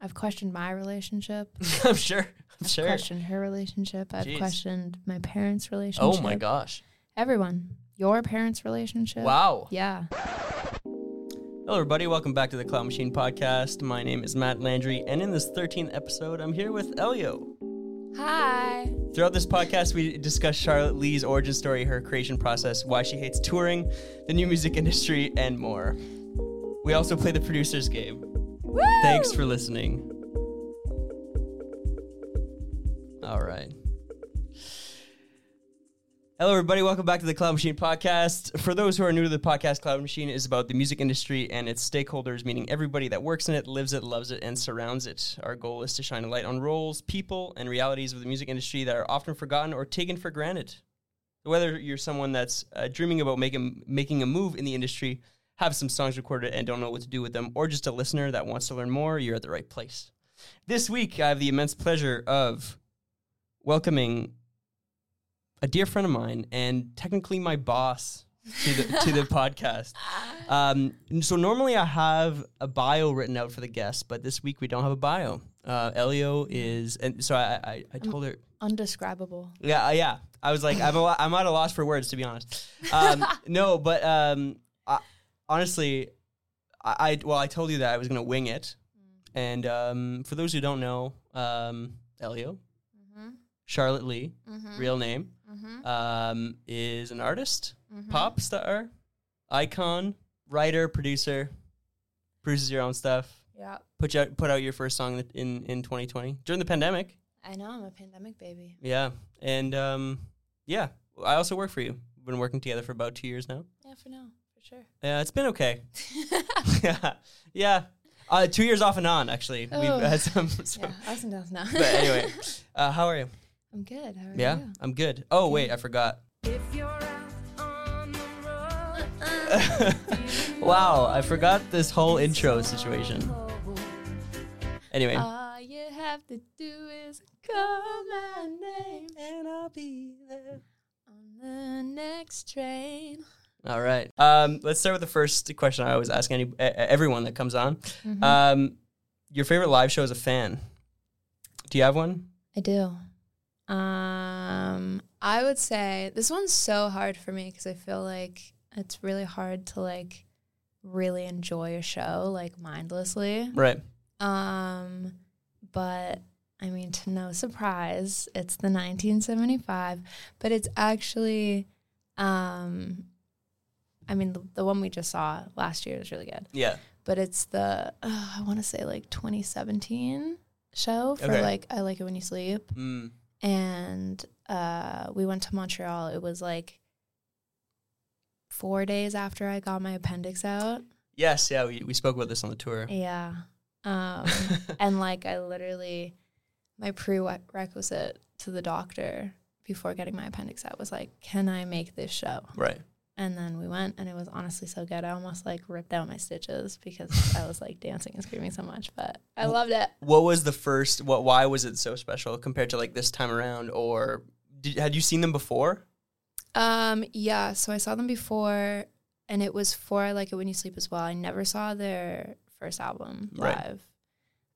I've questioned my relationship. I'm sure. I'm I've sure. questioned her relationship. I've Jeez. questioned my parents' relationship. Oh my gosh. Everyone. Your parents' relationship. Wow. Yeah. Hello, everybody. Welcome back to the Cloud Machine Podcast. My name is Matt Landry, and in this 13th episode, I'm here with Elio. Hi. Throughout this podcast, we discuss Charlotte Lee's origin story, her creation process, why she hates touring, the new music industry, and more. We also play the producer's game. Woo! Thanks for listening. All right. Hello, everybody. Welcome back to the Cloud Machine podcast. For those who are new to the podcast, Cloud Machine is about the music industry and its stakeholders, meaning everybody that works in it, lives it, loves it, and surrounds it. Our goal is to shine a light on roles, people, and realities of the music industry that are often forgotten or taken for granted. Whether you're someone that's uh, dreaming about making making a move in the industry, have some songs recorded and don't know what to do with them, or just a listener that wants to learn more, you're at the right place. This week, I have the immense pleasure of welcoming a dear friend of mine and technically my boss to the, to the podcast. Um, so normally I have a bio written out for the guests, but this week we don't have a bio. Uh, Elio is, and so I, I, I told her, Undescribable. yeah, uh, yeah. I was like, I'm, a, lo- I'm at a loss for words, to be honest. Um, no, but um, I, honestly, I, I well, I told you that I was gonna wing it. And um, for those who don't know, um, Elio, Charlotte Lee, Mm-hmm. real name, um, is an artist, Mm-hmm. pop star, icon, writer, producer, produces your own stuff. Yeah. Put you out, put out your first song in in 2020 during the pandemic. I know. I'm a pandemic baby. Yeah. And um, yeah, I also work for you. We've been working together for about two years now. Yeah, for now. For sure. Yeah, it's been okay. yeah. Yeah. Uh, two years off and on, actually. Oh. We've had some. some Yeah. Ups and downs now. But anyway, uh, how are you? I'm good. How are Yeah, you? I'm good. Oh, wait, I forgot. Uh-uh. wow, I forgot this whole intro situation. Anyway. All you have to do is call my name and I'll be there. on the next train. All right. Um, let's start with the first question I always ask any e- everyone that comes on. Mm-hmm. Um, your favorite live show as a fan? Do you have one? I do. Um, I would say this one's so hard for me because I feel like it's really hard to like really enjoy a show like mindlessly. Right. Um, but I mean, to no surprise, it's the 1975, but it's actually, um, I mean, the, the one we just saw last year was really good, Yeah. but it's the, uh, I want to say like 2017 show for Okay. like, I Like It When You Sleep. Mm. And uh, we went to Montreal. It was like four days after I got my appendix out. Yes. Yeah. We, we spoke about this on the tour. Yeah. Um, and like I literally, my prerequisite to the doctor before getting my appendix out was like, can I make this show? right. And then we went, and it was honestly so good. I almost like ripped out my stitches because I was like dancing and screaming so much, but I loved it. What was the first? What? Why was it so special compared to like this time around? Or did, had you seen them before? Um, yeah. So I saw them before, and it was for I like it when you sleep as well. I never saw their first album Right. live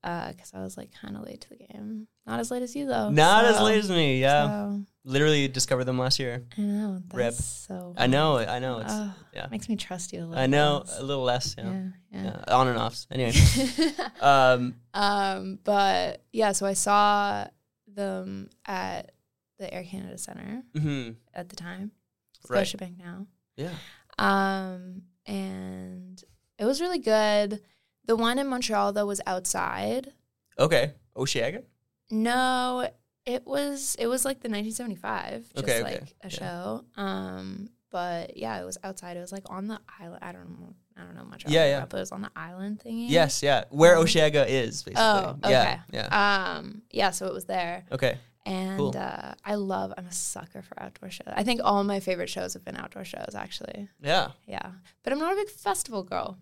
because I was like kind of late to the game. Not as late as you though. Not as Oh, so- late as me. Yeah. so- Literally discovered them last year. I know. That's Rip. so. I know. I know. It's. Ugh, yeah. Makes me trust you Oh, a little. I know less. a little less. Yeah. Yeah. yeah. Yeah. On and offs. Anyway. um. um, but yeah, so I saw them at the Air Canada Center hmm at the time, Right. Scotiabank now. Yeah. Um, and it was really good. The one in Montreal though was outside. Okay. Oceaga? No, it was it was like the 1975, just Okay, okay. like a Yeah. show. Um, but yeah, it was outside. It was like on the island. I don't know. I don't know much about Yeah, it, yeah. but it was on the island thingy. Yes, yeah. Where Um, Oceaga is, basically. Oh, Yeah. okay. Yeah. Um, yeah, so it was there, okay. and Cool. uh, I love. I'm a sucker for outdoor shows. I think all my favorite shows have been outdoor shows, actually. Yeah. Yeah, but I'm not a big festival girl.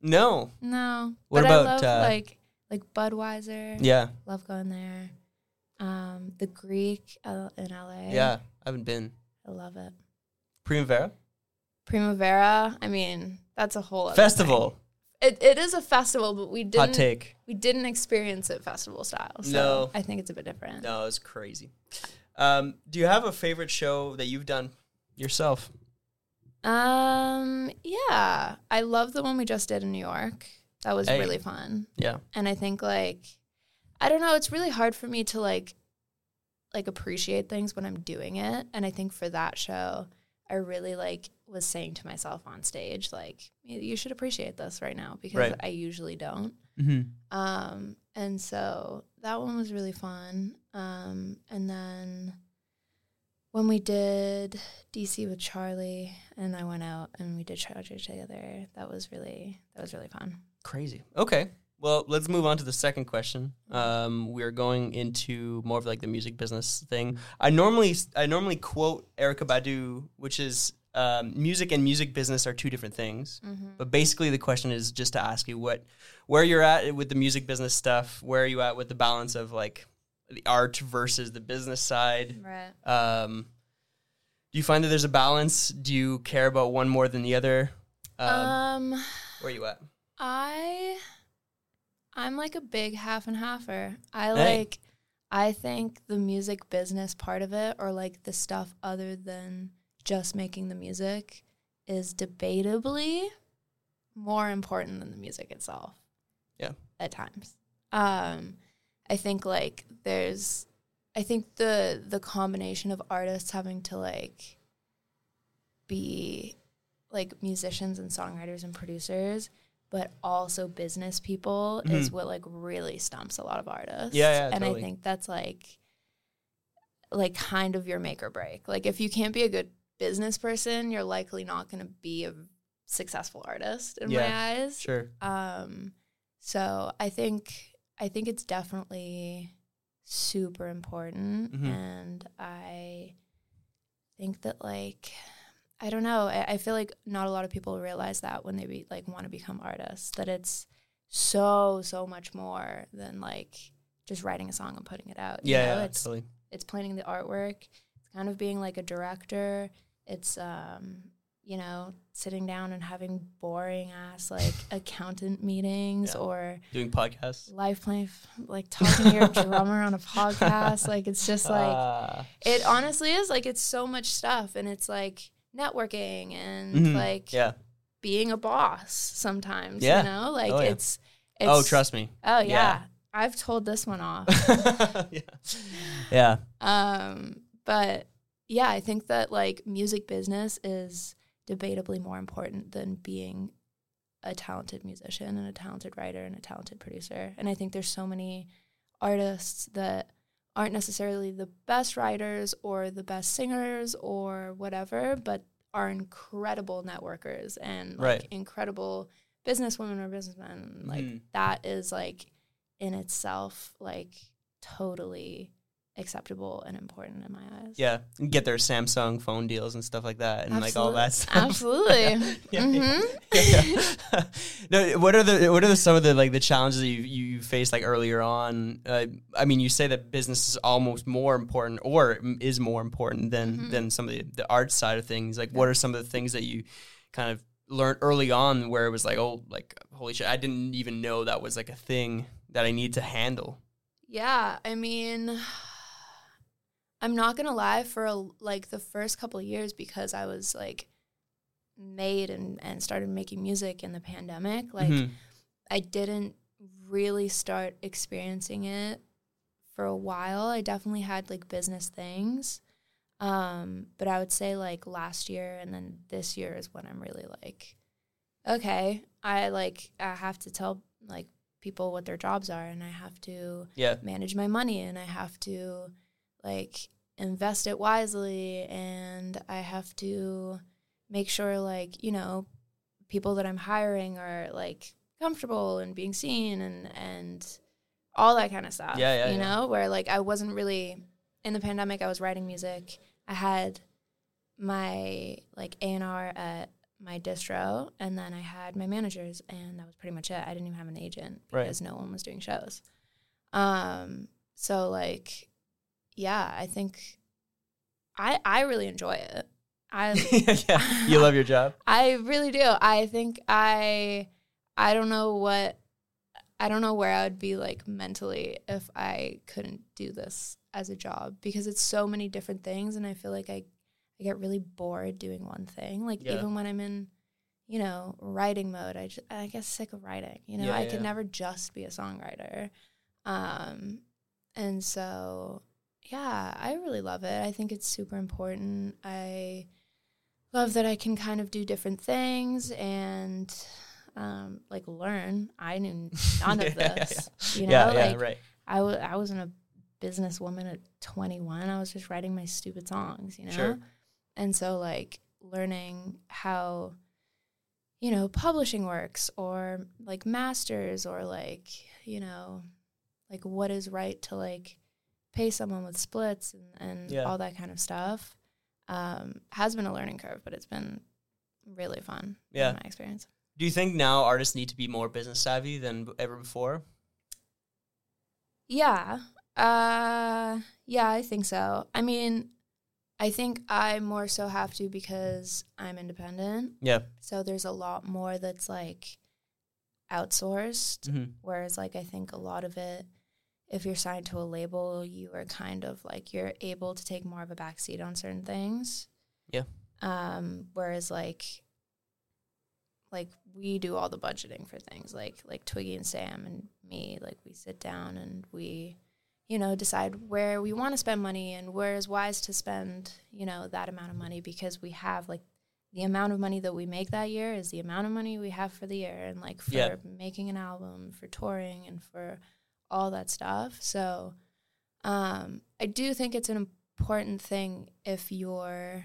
No. No. What but about, I love, uh, like like Budweiser? Yeah. Love going there. Um, the Greek uh, in LA. Yeah. I haven't been. I love it. Primavera? Primavera. I mean, that's a whole other Festival. thing. It, it is a festival, but we Hot Uh, didn't take. we didn't experience it festival style. So No. I think it's a bit different. No, it was crazy. Um, do you have a favorite show that you've done yourself? Um, yeah, I love the one we just did in New York. That was Hey. really fun. Yeah. And I think like I don't know, it's really hard for me to like like appreciate things when I'm doing it. And I think for that show, I really like was saying to myself on stage like "You- you should appreciate this right now because Right. I usually don't. Mm-hmm. Um, and so that one was really fun. Um, and then when we did DC with Charlie, and I went out and we did Charlie together, that was really that was really fun. Crazy. Okay. Well, let's move on to the second question. Um, we are going into more of like the music business thing. I normally I normally quote Erica Badu, which is um, music and music business are two different things. But basically, the question is just to ask you what where you're at with the music business stuff. Where are you at with the balance of like the art versus the business side? Right. Um, do you find that there's a balance? Do you care about one more than the other? Um, Um, where you at? I I'm like a big half and halfer. I Hey. like I think the music business part of it or like the stuff other than just making the music is debatably more important than the music itself. Yeah. At times. Um I think like there's I think the the combination of artists having to like be like musicians and songwriters and producers but also business people is what like really stumps a lot of artists Mm-hmm. Yeah, yeah, and totally. i think that's like like kind of your make or break like if you can't be a good business person you're likely not going to be a successful artist in Yeah, my eyes Sure. um, so I think I think it's definitely super important, Mhm. and I think that like I don't know. I, I feel like not a lot of people realize that when they be, like want to become artists that it's so so much more than like just writing a song and putting it out. you Yeah, know? yeah, it's totally. it's planning the artwork it's kind of being like a director it's um you know sitting down and having boring ass like accountant meetings Yeah. or Doing podcasts. live playing like talking to your drummer on a podcast like it's just like Ah. it honestly is like it's so much stuff and it's like networking and Mhm. like yeah. being a boss sometimes Yeah. you know like Oh, yeah. it's, it's Oh, trust me. oh yeah. yeah. i've told this one off yeah. Yeah. Um, but yeah, I think that like music business is debatably more important than being a talented musician and a talented writer and a talented producer. And I think there's so many artists that aren't necessarily the best writers or the best singers or whatever, but are incredible networkers and like Right. incredible businesswomen or businessmen. Like Mhm. that is like in itself like totally acceptable and important in my eyes. Yeah. And get their Samsung phone deals and stuff like that, and like Absolute- all that stuff. Absolutely. Yeah, yeah. hmm Yeah. no, what are the what are the, some of the like the challenges that you you faced like earlier on? Uh, I mean, you say that business is almost more important or m- is more important than Mhm. than some of the, the art side of things. Like, what are some of the things that you kind of learned early on where it was like, oh, like holy shit, I didn't even know that was like a thing that I need to handle. Yeah, I mean, I'm not gonna lie. For a, like the first couple of years, because I was like made and and started making music in the pandemic, like Mhm. I didn't really start experiencing it for a while. I definitely had like business things, um, but I would say like last year and then this year is when I'm really like, okay, I like I have to tell like people what their jobs are, and I have to yeah, manage my money and I have to like invest it wisely and I have to make sure like, you know, people that I'm hiring are like comfortable and being seen and and all that kind of stuff. Yeah, yeah, you yeah. know, where like I wasn't really in the pandemic I was writing music. I had my like A&R at my distro and then I had my managers and that was pretty much it. I didn't even have an agent Right. because no one was doing shows. Um so like yeah, I think I I really enjoy it. I yeah. You love your job. I really do. I think I I don't know what I don't know where I would be like mentally if I couldn't do this as a job because it's so many different things and I feel like I I get really bored doing one thing. Like Yeah. even when I'm in you know writing mode, I just I get sick of writing. You know, Yeah, I yeah, could yeah. never just be a songwriter. Um and so yeah, I really love it. I think it's super important. I love that I can kind of do different things and um, like learn. I knew none Yeah, of yeah, this. You know, yeah, yeah, like right. I w- I wasn't a businesswoman at 21. I was just writing my stupid songs, you know? Sure. And so, like, learning how, you know, publishing works or like masters or like, you know, like what is right to like pay someone with splits and, and Yeah. all that kind of stuff um, has been a learning curve, but it's been really fun. in Yeah. my experience. Do you think now artists need to be more business savvy than b- ever before? Yeah. Uh yeah, I think so. I mean, I think I more so have to because I'm independent. Yeah. So there's a lot more that's like outsourced Mm-hmm. whereas like I think a lot of it if you're signed to a label, you are kind of like you're able to take more of a backseat on certain things. Yeah. Um whereas like like we do all the budgeting for things like like Twiggy and Sam and me like we sit down and we you know decide where we want to spend money and where is wise to spend you know that amount of money because we have like the amount of money that we make that year is the amount of money we have for the year and like for Yeah. making an album for touring and for all that stuff so um I do think it's an important thing if you're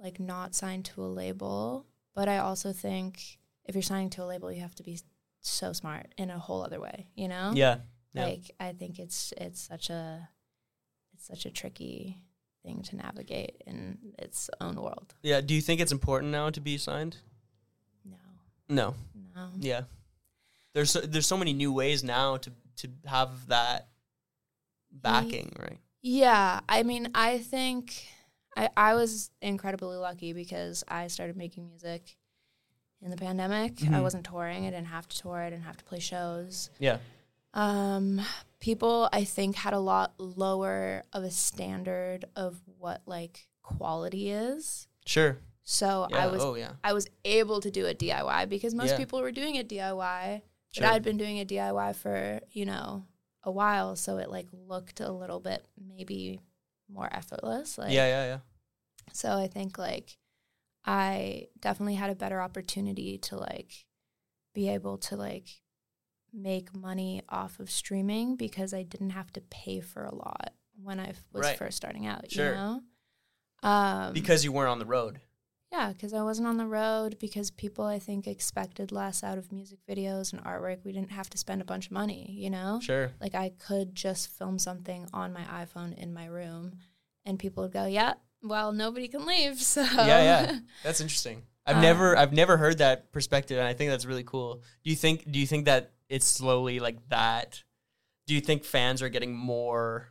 like not signed to a label but I also think if you're signing to a label, you have to be so smart in a whole other way. You know, Yeah. yeah. Like I think it's it's such a it's such a tricky thing to navigate in its own world. Yeah. Do you think it's important now to be signed? No, No. no, Yeah. There's so, there's so many new ways now to to have that backing, right? yeah. I mean, I think I I was incredibly lucky because I started making music in the pandemic. I Mhm. wasn't touring. I didn't have to tour. I didn't have to play shows. Yeah. um, people I think had a lot lower of a standard of what like quality is. Sure. So Yeah. I was oh yeah. I was able to do it DIY because most Yeah. people were doing it DIY. Sure. But I'd been doing it DIY for, you know, a while, so it like looked a little bit maybe more effortless. Like yeah. Yeah. Yeah. so I think like I definitely had a better opportunity to like be able to like make money off of streaming because I didn't have to pay for a lot when I f- was Right. first starting out. Sure. You know? Um, Because you weren't on the road. yeah, because I wasn't on the road. Because people I think expected less out of music videos and artwork. We didn't have to spend a bunch of money. You know Sure. like I could just film something on my iPhone in my room and people would go, "Yeah, well, nobody can leave." So Yeah, yeah. That's interesting. I've Uh, never I've never heard that perspective, and I think that's really cool. Do you think Do you think that it's slowly like that? Do you think fans are getting more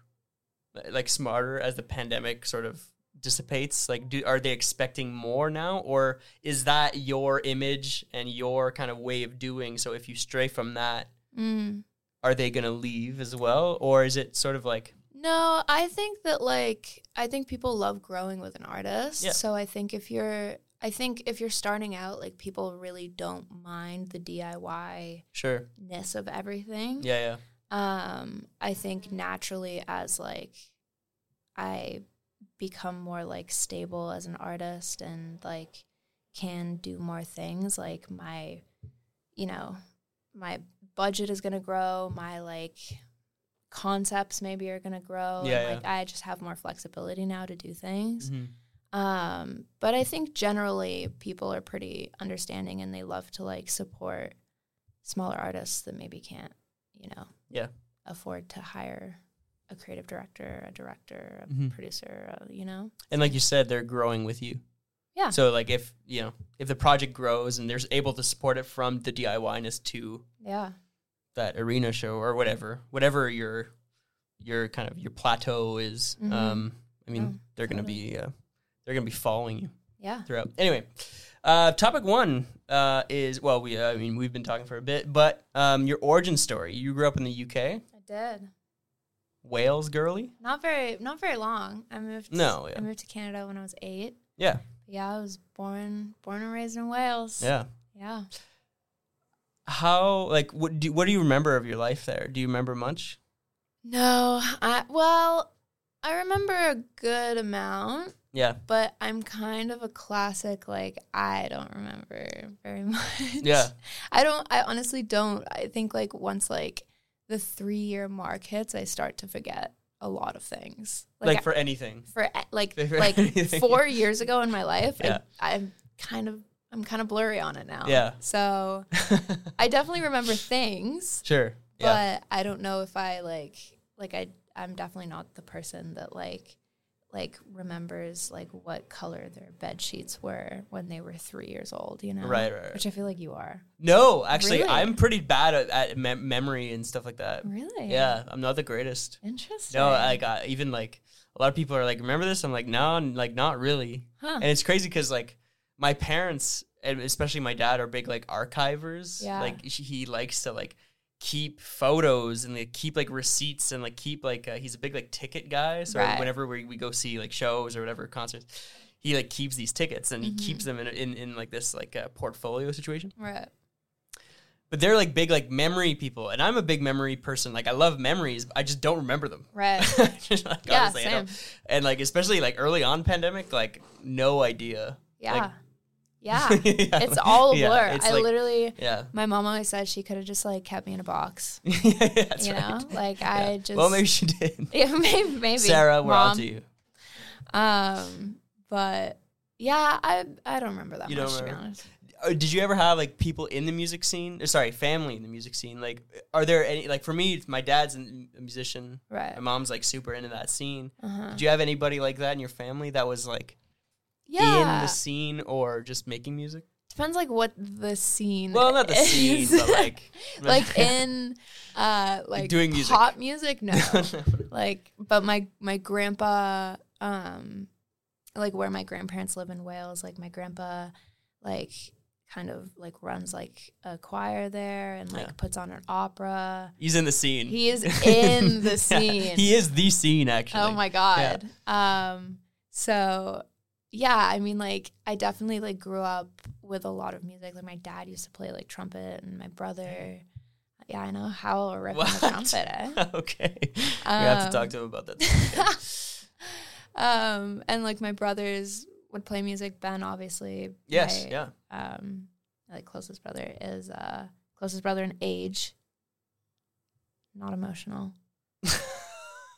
like smarter as the pandemic sort of dissipates? Like, do are they expecting more now, or is that your image and your kind of way of doing? So if you stray from that, Mm. are they gonna leave as well, or is it sort of like No, I think that like I think people love growing with an artist. Yeah. So I think if you're I think if you're starting out, like people really don't mind the DIY sure, ness of everything. yeah, yeah, um, I think naturally as like I become more like stable as an artist and like can do more things, like my you know, my budget is gonna grow, my like concepts maybe are gonna grow. Yeah, and, yeah. like I just have more flexibility now to do things. Mhm. Um, but I think generally people are pretty understanding and they love to like support smaller artists that maybe can't, you know, Yeah. afford to hire a creative director, a director, a Mhm. producer, uh, you know. and like you said, they're growing with you. Yeah. So like if you know if the project grows and there's able to support it from the DIYness to Yeah. that arena show or whatever, whatever your your kind of your plateau is, um, I Oh, mean they're gonna be uh, they're gonna be following you. Yeah. throughout. Anyway, uh, topic one uh, is well, we uh, I mean we've been talking for a bit, but um, your origin story. You grew up in the UK, I did. Wales, girly. Not very not very long. I moved No, I yeah, moved to Canada when I was 8. yeah, Yeah, I was born born and raised in Wales. yeah. Yeah. How like what do what do you remember of your life there? Do you remember much? No, I well, I remember a good amount, Yeah, but I'm kind of a classic like I don't remember very much. Yeah. I don't I honestly don't. I think like once like the 3-year mark hits, I start to forget a lot of things. like, I- for anything. for a- like For like anything. four years ago in my life. Yeah. I, I'm kind of I'm kind of blurry on it now. Yeah. So I definitely remember things, sure. Yeah. but I don't know if I like like I I'm definitely not the person that like like remembers like what color their bed sheets were when they were three years old. You know. Right, right, right. Which I feel like you are. No, actually, Really? I'm pretty bad at, at mem- memory and stuff like that. Really. Yeah, I'm not the greatest. Interesting. No, like I, even like a lot of people are like, remember this? I'm like, no, n- like not really. Huh. And it's crazy because like my parents and especially my dad are big like archivers. Yeah. Like sh- he likes to like keep photos and like keep like receipts and like keep like uh, he's a big like ticket guy. So Right. whenever we, we go see like shows or whatever concerts, he like keeps these tickets and Mhm. he keeps them in in, in like this like uh, portfolio situation Right. but they're like big like memory people and i'm a big memory person like i love memories but i just don't remember them Right. Just, like, Yeah, honestly, I don't. and like especially like early on pandemic like no idea Yeah. Like- yeah. Yeah, It's all a blur. yeah, it's I like- literally yeah My mom always said she could have just like kept me in a box. yeah that's you know, right like Yeah. I just. well maybe she did Yeah, maybe, maybe. sarah we're Mom. on to you Um, but yeah, I I don't remember that You don't much to be remember? honest. Uh, did you ever have like people in the music scene or, sorry family in the music scene like are there any like for me my dad's an- a musician Right. my mom's like super into that scene Uh-huh. did you have anybody like that in your family that was like in Yeah. the scene or just making music Depends like what the scene. Well, not the is. scene, but like, like in uh like Doing music. pop music. No. like but my my grandpa um like where my grandparents live in Wales like my grandpa like kind of like runs like a choir there and like Yeah. puts on an opera he's in the scene. he is in the Yeah, scene he is the scene, actually. oh my god um so yeah i mean like i definitely like grew up with a lot of music like my dad used to play like trumpet and my brother yeah i know how a riff on the What? trumpet eh? okay, we have to talk to him about that. um, and like my brothers would play music. Ben, obviously. yes, my, yeah. Um, my, like closest brother is uh closest brother in age. Not emotional.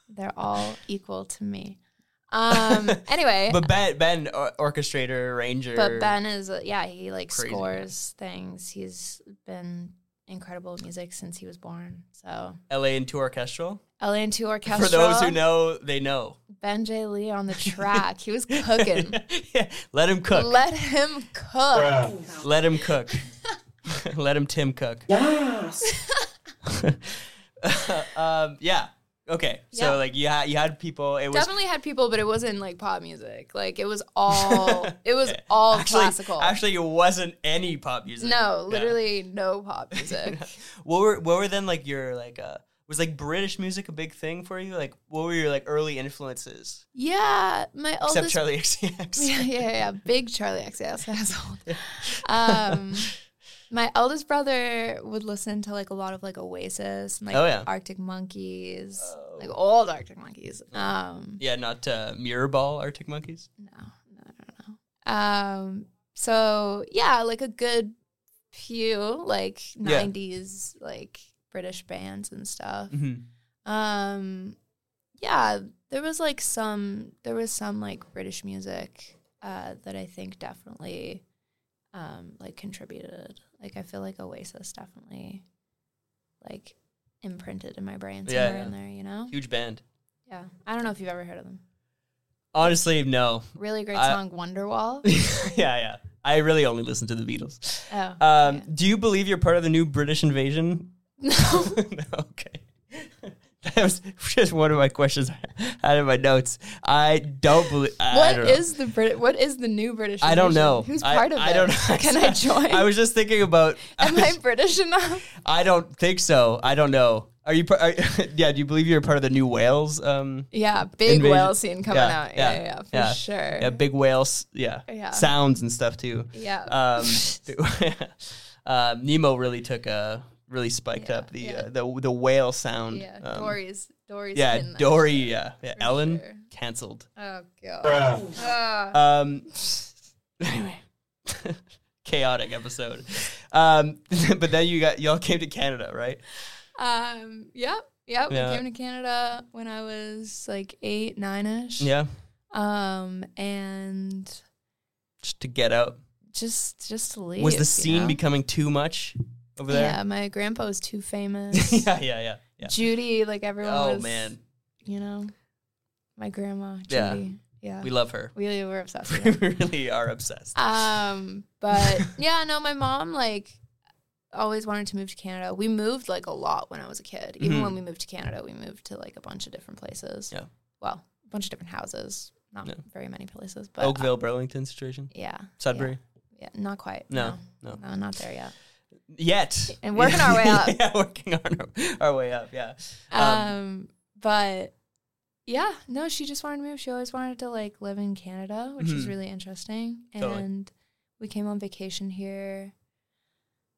They're all equal to me. Um. Anyway, but, But Ben, Ben, or- orchestrator, arranger. Ben is uh, yeah he like Crazy. scores things. He's been incredible at music since he was born. So LA and two orchestral. LA Two Orchestra. For those who know, they know. Ben J Lee on the track. he was cooking. yeah. Let him cook. Let Let, him cook. him cook. Let him Tim cook. Yes. um, yeah. Okay. Yeah. So like you had you had people. It was Definitely had people, but it wasn't like pop music. Like it was all it was all actually, classical. Actually, it wasn't any pop music. no, Yeah. literally no pop music. What were what were then like your like uh was like British music a big thing for you? Like what were your like early influences? yeah, my Except oldest. Charlie XCX. Oh, yeah, yeah, yeah. Big Charlie XCX asshole. Um, my eldest brother would listen to like a lot of like Oasis and like Oh, yeah. Arctic Monkeys, Oh. like old Arctic Monkeys. Um, Yeah, not uh, Mirrorball Arctic Monkeys. No, no, no, no. Um, so yeah, like a good few like Yeah. '90s like British bands and stuff. Mm-hmm. Um, yeah, there was like some there was some like British music uh, that I think definitely um, like contributed. Like I feel like Oasis definitely like imprinted in my brain Yeah, somewhere yeah. in there. You know? Huge band. Yeah. I don't know if you've ever heard of them. Honestly, no. Really great I- song, Wonderwall. yeah, yeah. I really only listen to the Beatles. Oh, Um, yeah. Do you believe you're part of the new British invasion? No. okay. that was just one of my questions out of my notes. I don't believe. I, I What don't know. is the Brit? What is the new British? I don't invasion? know. Who's I- part of I it? don't know. Can I join? I was just thinking about. Am I British enough? I don't think so. I don't know. Are you? par- Are, yeah. Do you believe you're part of the New Wales? Um, Yeah, big Invasion- whale scene coming yeah, out. Yeah, yeah, yeah, yeah, for yeah, sure. yeah, big whales. Yeah, Yeah. sounds and stuff too. Yeah. Um, um, Nemo really took a really spiked Yeah, up the yeah. uh, the the whale sound. yeah, um, Dory's Dory's. Yeah, in that. Dory. Yeah, yeah. For Ellen sure. canceled. Oh god. Ah. Um, anyway, chaotic episode. Um, but then you got y'all came to Canada, right? um. Yep. Yep. Yeah. We came to Canada when I was like eight, nine ish. Yeah, Um. And just to get out. just just to leave. Was you the scene know? becoming too much over there? Yeah, my grandpa was too famous. yeah, yeah, yeah. yeah. Judy, like everyone. Oh was, man, You know, my grandma. Yeah. Judy. Yeah. we love her. We, were obsessed. with we her. really are obsessed. Um, but yeah, no, my mom like always wanted to move to Canada. We moved like a lot when I was a kid. Even Mhm. when we moved to Canada, we moved to like a bunch of different places. Yeah. Well, a bunch of different houses. Not Yeah. very many places, but uh, Oakville, Burlington situation, yeah. Sudbury. Yeah, yeah, not quite. No, no. No, not there yet. Yet, And working our way up. yeah, working on our, our way up. Yeah, Um, Um, but yeah, no, she just wanted to move. She always wanted to like live in Canada, which is Mhm. really interesting. And Totally. we came on vacation here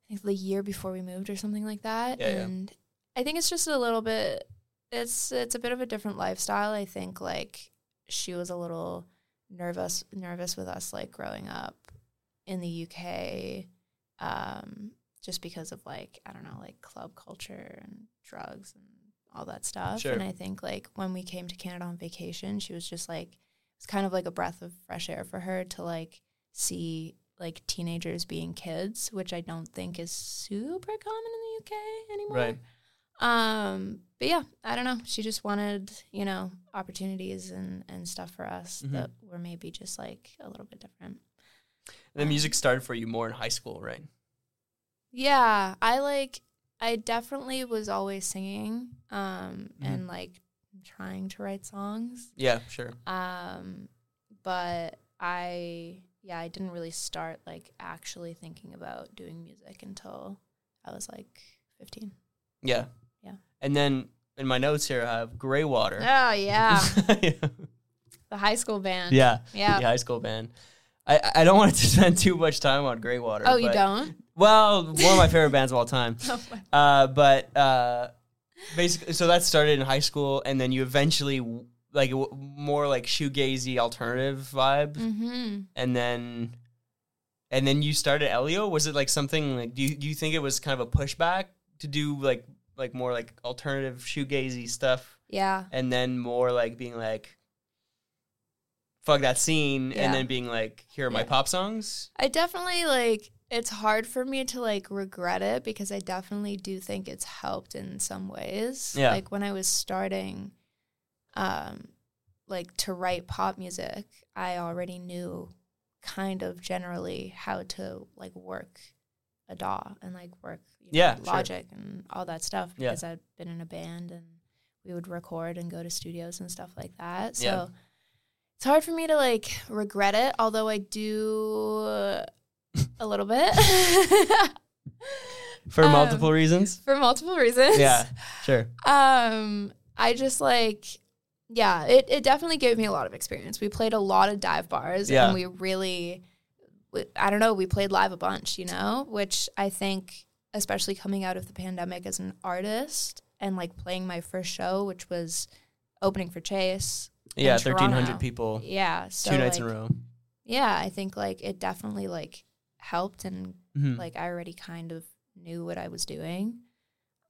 I think the year before we moved or something like that. Yeah, yeah. and I think it's just a little bit it's it's a bit of a different lifestyle. I think like she was a little nervous nervous with us like growing up in the UK um, just because of like I don't know, like club culture and drugs and all that stuff. Sure. And I think like when we came to Canada on vacation, she was just like it's kind of like a breath of fresh air for her to like see like teenagers being kids, which I don't think is super common in the UK anymore. right. Um, but yeah, I don't know. She just wanted, you know, opportunities and and stuff for us Mhm. that were maybe just like a little bit different. And the Um, music started for you more in high school, right? Yeah, I like I definitely was always singing um Mhm. and like trying to write songs. Yeah, sure. Um but I yeah, I didn't really start like actually thinking about doing music until I was like 15. Yeah. Yeah. And then in my notes here, I have Greywater. Oh yeah, yeah. the high school band. Yeah. Yeah. The high school band. I, I- I don't want to spend too much time on Greywater. Oh, you but- don't? Well, one of my favorite bands of all time. Uh, but uh, basically, so that started in high school, and then you eventually like w- more like shoegazy alternative vibe, mm-hmm. and then and then you started Elio. Was it like something like do you, do you think it was kind of a pushback to do like like more like alternative shoegazy stuff? Yeah. and then more like being like fuck that scene Yeah. and then being like here are my Yeah. pop songs I definitely like it's hard for me to like regret it because I definitely do think it's helped in some ways. Yeah. Like when I was starting um like to write pop music, I already knew kind of generally how to like work a DAW and like work you Yeah, sure. logic and all that stuff Yeah. because I'd been in a band and we would record and go to studios and stuff like that. So Yeah. it's hard for me to like regret it, although I do uh, a little bit for Um, multiple reasons for multiple reasons. yeah sure Um, I just like, yeah, it, it definitely gave me a lot of experience. We played a lot of dive bars Yeah. and we really, we- I don't know, we played live a bunch, you know, which I think, especially coming out of the pandemic as an artist and like playing my first show, which was opening for Chase. yeah in 1300 Toronto. people Yeah. So two nights in like, a row Yeah. I think like it definitely like helped and Mhm. like I already kind of knew what I was doing.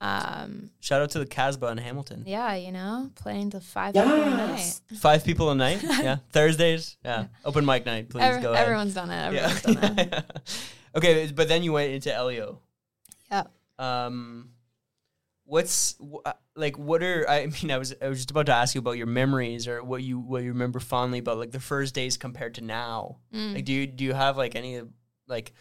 Um, shout out to the casbah in hamilton yeah, you know, playing till five o'clock at night. five people a night yeah thursdays yeah open mic night please Every- go ahead everyone's done it. Yeah. Everyone's done it. okay but then you went into elio Yeah. um what's wh- uh, like what are i mean i was i was just about to ask you about your memories or what you what you remember fondly about like the first days compared to now Mm. like do you do you have like any like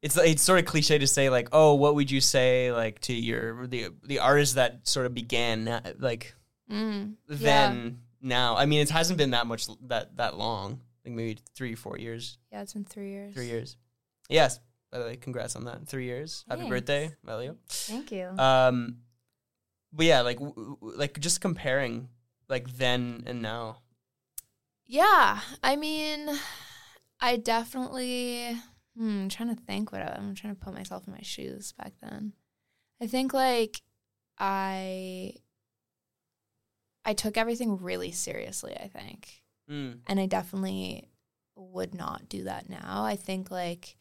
it's it's sort of cliche to say like, oh, what would you say like to your the the artist that sort of began uh, like Mm, then now? I mean, it hasn't been that much that that long. Like maybe three, four years, Yeah. yeah, it's been three years. three years. Yes. By the way, congrats on that. Three years. Happy Thanks. birthday, Elio. Thank you. Um, but yeah, like w- w- like just comparing like then and now. Yeah, I mean, I definitely. Hmm, I'm trying to think what I, I'm trying to put myself in my shoes back then. I think like I I took everything really seriously. I think, Mm. and I definitely would not do that now. I think like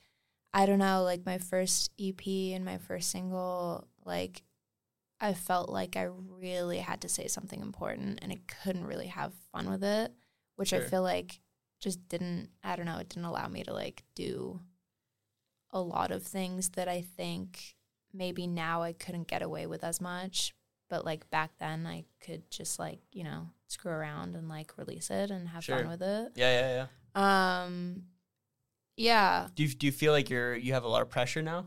I don't know, like my first EP and my first single, like I felt like I really had to say something important and I couldn't really have fun with it, which I Sure. feel like just didn't, I don't know, it didn't allow me to like do a lot of things that I think maybe now I couldn't get away with as much. But like back then, I could just like, you know, screw around and like release it and have Sure. fun with it. Yeah, yeah, yeah. Um, yeah. Do you, do you feel like you're you have a lot of pressure now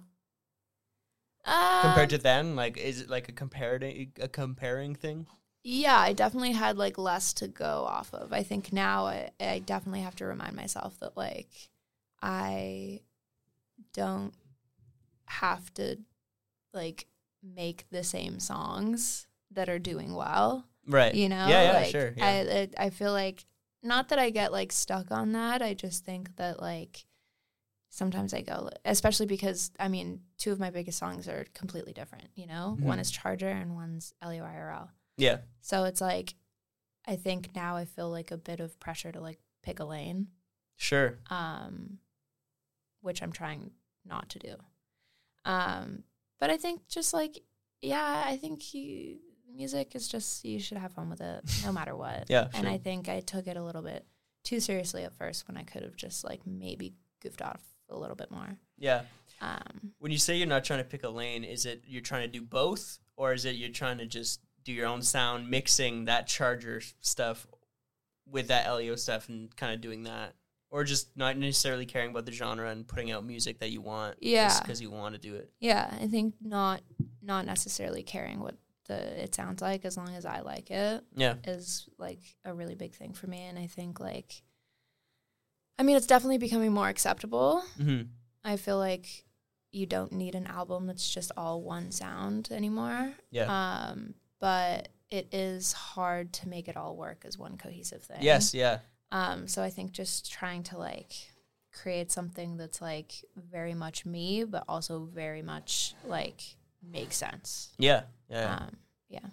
Um, compared to then? Like, is it like a comparing a comparing thing? yeah, I definitely had like less to go off of. I think now I, I definitely have to remind myself that like I don't have to like make the same songs that are doing well. Right. You know, Eh, Yeah, yeah, like, sure. Yeah. I, I I feel like not that I get like stuck on that. I just think that like sometimes I go, especially because I mean, two of my biggest songs are completely different. You know, Mhm. one is Charger and one's LUIRL. yeah. So it's like I think now I feel like a bit of pressure to like pick a lane, Sure. um, which I'm trying not to do. Um, but I think just like yeah, I think you, music is just you should have fun with it no matter what. Yeah. And sure. I think I took it a little bit too seriously at first when I could have just like maybe goofed off a little bit more. yeah. Um, When you say you're not trying to pick a lane, is it you're trying to do both, or is it you're trying to just do your own sound, mixing that Charger stuff with that Leo stuff, and kind of doing that, or just not necessarily caring about the genre and putting out music that you want, Yeah. because you want to do it. yeah, I think not not necessarily caring what the it sounds like as long as I like it Yeah. is like a really big thing for me and I think like I mean it's definitely becoming more acceptable. Mm-hmm. I feel like you don't need an album that's just all one sound anymore. Yeah. Um, but it is hard to make it all work as one cohesive thing. Yes. Yeah. Um, so I think just trying to like create something that's like very much me, but also very much like makes sense. Yeah. Yeah. Um, yeah.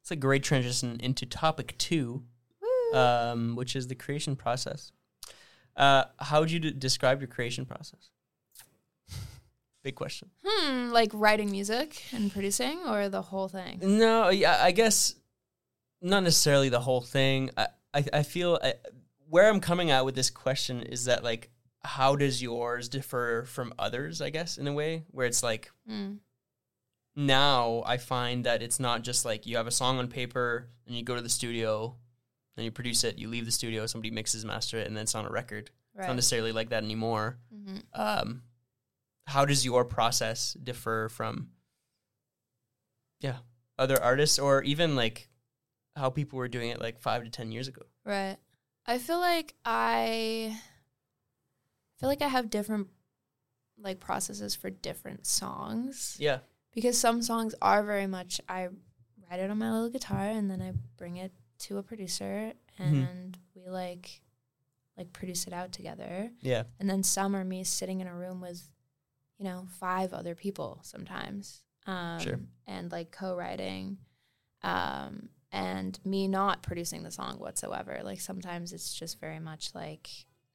It's a great transition into topic two, um, which is the creation process. Uh, how would you d- describe your creation process? Big question. Hmm. Like writing music and producing, or the whole thing. No, yeah, I guess not necessarily the whole thing. I, I, I feel I, where I'm coming at with this question is that like, how does yours differ from others? I guess in a way where it's like Hmm. now I find that it's not just like you have a song on paper and you go to the studio and you produce it, you leave the studio, somebody mixes, master it, and then it's on a record. It's not Right. necessarily like that anymore. hmm Um, how does your process differ from, yeah, other artists or even like how people were doing it like five to ten years ago? Right. I feel like I feel like I have different like processes for different songs. Yeah, because some songs are very much I write it on my little guitar and then I bring it to a producer and we like like produce it out together. yeah, And then some are me sitting in a room with you know five other people sometimes. Um Sure. and like co-writing um and me not producing the song whatsoever. Like sometimes it's just very much like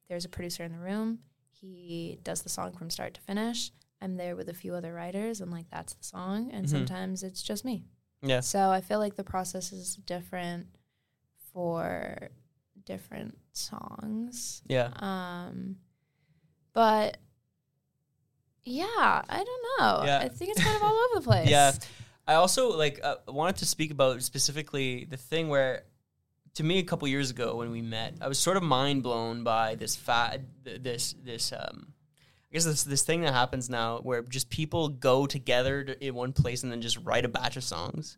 there's a producer in the room. He does the song from start to finish. I'm there with a few other writers, and like that's the song. And Mhm. sometimes it's just me. yeah, So I feel like the process is different for different songs. yeah. Um, but yeah, I don't know. Yeah. I think it's kind of all over the place. Yeah, I also like uh, wanted to speak about specifically the thing where, to me, a couple years ago when we met, I was sort of mind blown by this fat, th- this this um, I guess this this thing that happens now where just people go together to, in one place and then just write a batch of songs.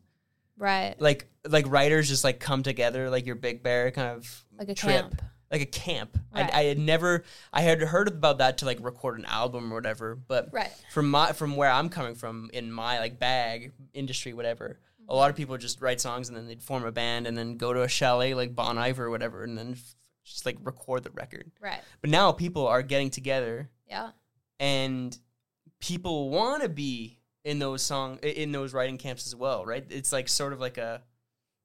Right. Like like writers just like come together like your Big Bear kind of Like a trip. camp. like a camp. Right. I, I had never I had heard about that to like record an album or whatever, but Right. from my from where I'm coming from in my like bag industry whatever. Mm-hmm. A lot of people just write songs and then they'd form a band and then go to a chalet like Bon Iver or whatever and then f- just like record the record. Right. But now people are getting together Yeah. and people want to be in those song i- in those writing camps as well, right? It's like sort of like a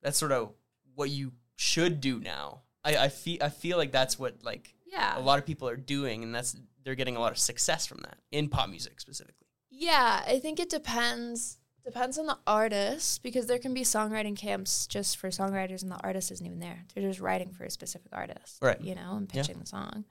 that's sort of what you should do now. I, I feel I feel like that's what like Yeah. a lot of people are doing, and that's they're getting a lot of success from that in pop music specifically. Yeah, I think it depends depends on the artist because there can be songwriting camps just for songwriters and the artist isn't even there. They're just writing for a specific artist, Right. You know, and Yeah. pitching the song.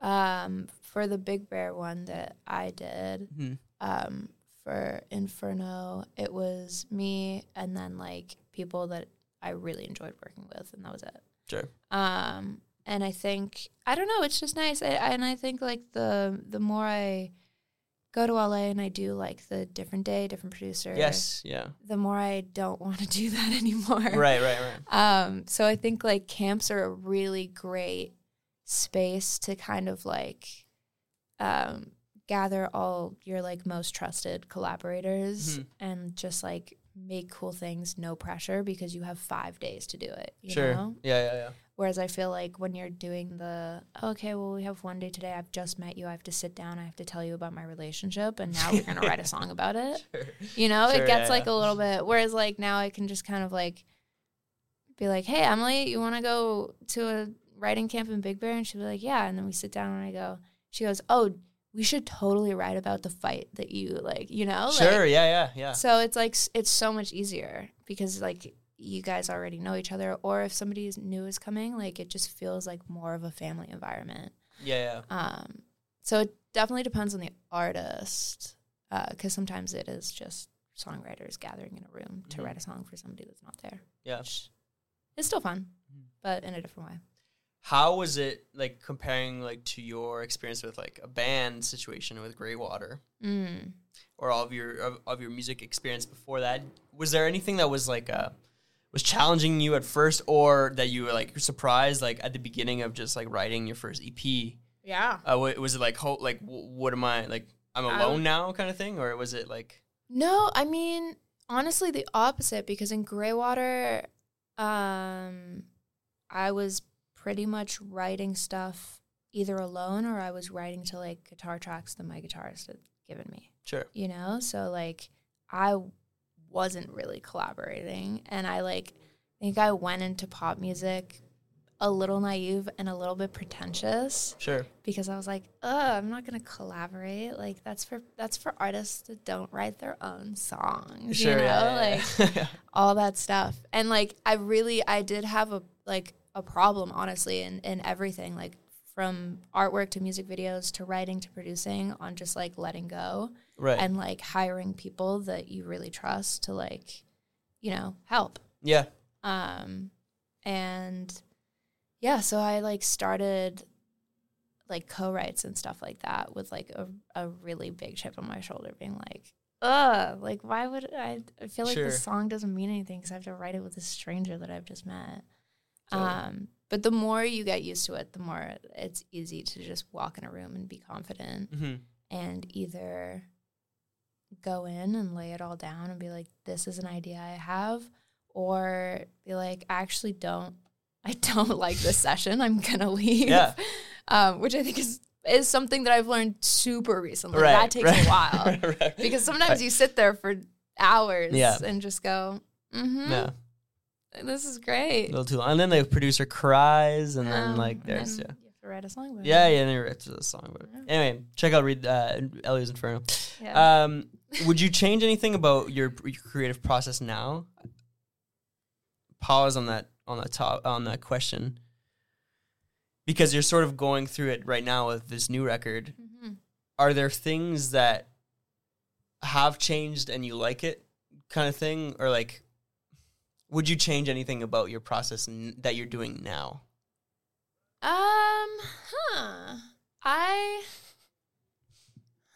Um, for the Big Bear one that I did Mhm. um, for Inferno, it was me and then like people that I really enjoyed working with, and that was it. Sure. Um, and I think I don't know. It's just nice, I, I- and I think like the the more I go to LA and I do like the different day, different producer. Yes. Yeah. The more I don't want to do that anymore. Right. Right. Right. Um, so I think like camps are a really great space to kind of like um, gather all your like most trusted collaborators Mhm. and just like make cool things, no pressure because you have five days to do it. You sure. know? Yeah. Yeah. Yeah. Whereas I feel like when you're doing the okay, well, we have one day today. I've just met you. I have to sit down. I have to tell you about my relationship, and now we're gonna write a song about it. Sure. You know, Sure, it gets yeah, like yeah. a little bit. Whereas like now, I can just kind of like be like, "Hey, Emily, you want to go to a writing camp in Big Bear?" And she'll be like, "Yeah." And then we sit down, and I go, "She goes, oh, we should totally write about the fight that you like, you know, Oh, like, Sure. Yeah. Yeah. Yeah. so it's like s- it's so much easier because like you guys already know each other, or if somebody is new is coming, like it just feels like more of a family environment. Yeah. Yeah. Um, so it definitely depends on the artist because sometimes it is just songwriters gathering in a room to Mhm. write a song for somebody that's not there. Yeah. which It's still fun, Mhm. but in a different way. How was it like comparing like to your experience with like a band situation with Greywater? Mm. or all of your of, of your music experience before that was there anything that was like uh was challenging you at first or that you were like surprised like at the beginning of just like writing your first ep Yeah. uh, wa- was it like ho- like w- what am i like i'm I alone would- now kind of thing or was it like No, I mean honestly the opposite because in Greywater, um, I was pretty much writing stuff either alone or I was writing to like guitar tracks that my guitarist had given me. sure You know, so like I wasn't really collaborating, and I like think I went into pop music a little naive and a little bit pretentious sure because I was like, "Oh, I'm not gonna collaborate. Like that's for that's for artists that don't write their own songs, sure you know, yeah, yeah, like yeah. all that stuff." And like, I really, I did have a like a problem, honestly, in in everything, like from artwork to music videos to writing to producing, on just like letting go right and like hiring people that you really trust to like, you know, help yeah um and yeah so i like started like co-writes and stuff like that with like a, a really big chip on my shoulder being like ugh like why would i i feel like Sure. this song doesn't mean anything because i have to write it with this stranger that i've just met Totally. um but the more you get used to it the more it's easy to just walk in a room and be confident hmm and either go in and lay it all down and be like, this is an idea I have, or be like, I actually don't, I don't like this session. I'm gonna leave. Yeah. Um, which I think is is something that I've learned super recently. right that takes right, a while right, right. because sometimes you sit there for hours Yeah. and just go, mm-hmm, yeah this is a great. little too long and then the producer cries and then Um, like and there's then yeah you have to write a song. About yeah it. yeah and then you write the song but anyway check out read uh elio's inferno yeah. Um, would you change anything about your, your creative process now? Pause on that on that top on that question because you're sort of going through it right now with this new record. Mhm. Are there things that have changed and you like it, kind of thing, or like, would you change anything about your process n- that you're doing now? Um, huh. I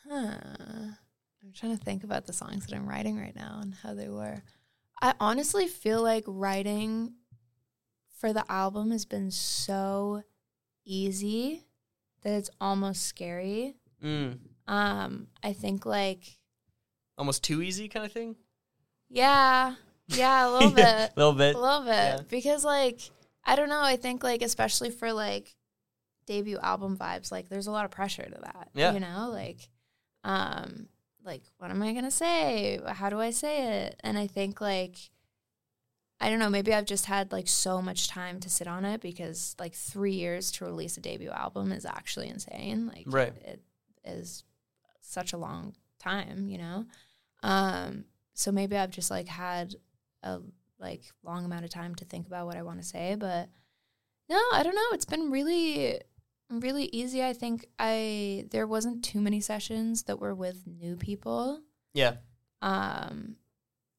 Huh. I'm trying to think about the songs that I'm writing right now and how they were. I honestly feel like writing for the album has been so easy that it's almost scary. Mm. Um, I think like Almost too easy kind of thing? yeah, yeah, a little bit. A little bit. a little bit Yeah. because like i don't know i think like especially for like debut album vibes like there's a lot of pressure to that Yeah. you know like um like what am i gonna say how do i say it and i think like i don't know maybe i've just had like so much time to sit on it because like three years to release a debut album is actually insane like Right. it is such a long time you know um so maybe i've just like had a like long amount of time to think about what I want to say, but no, I don't know. It's been really really easy. I think I there wasn't too many sessions that were with new people. Yeah. Um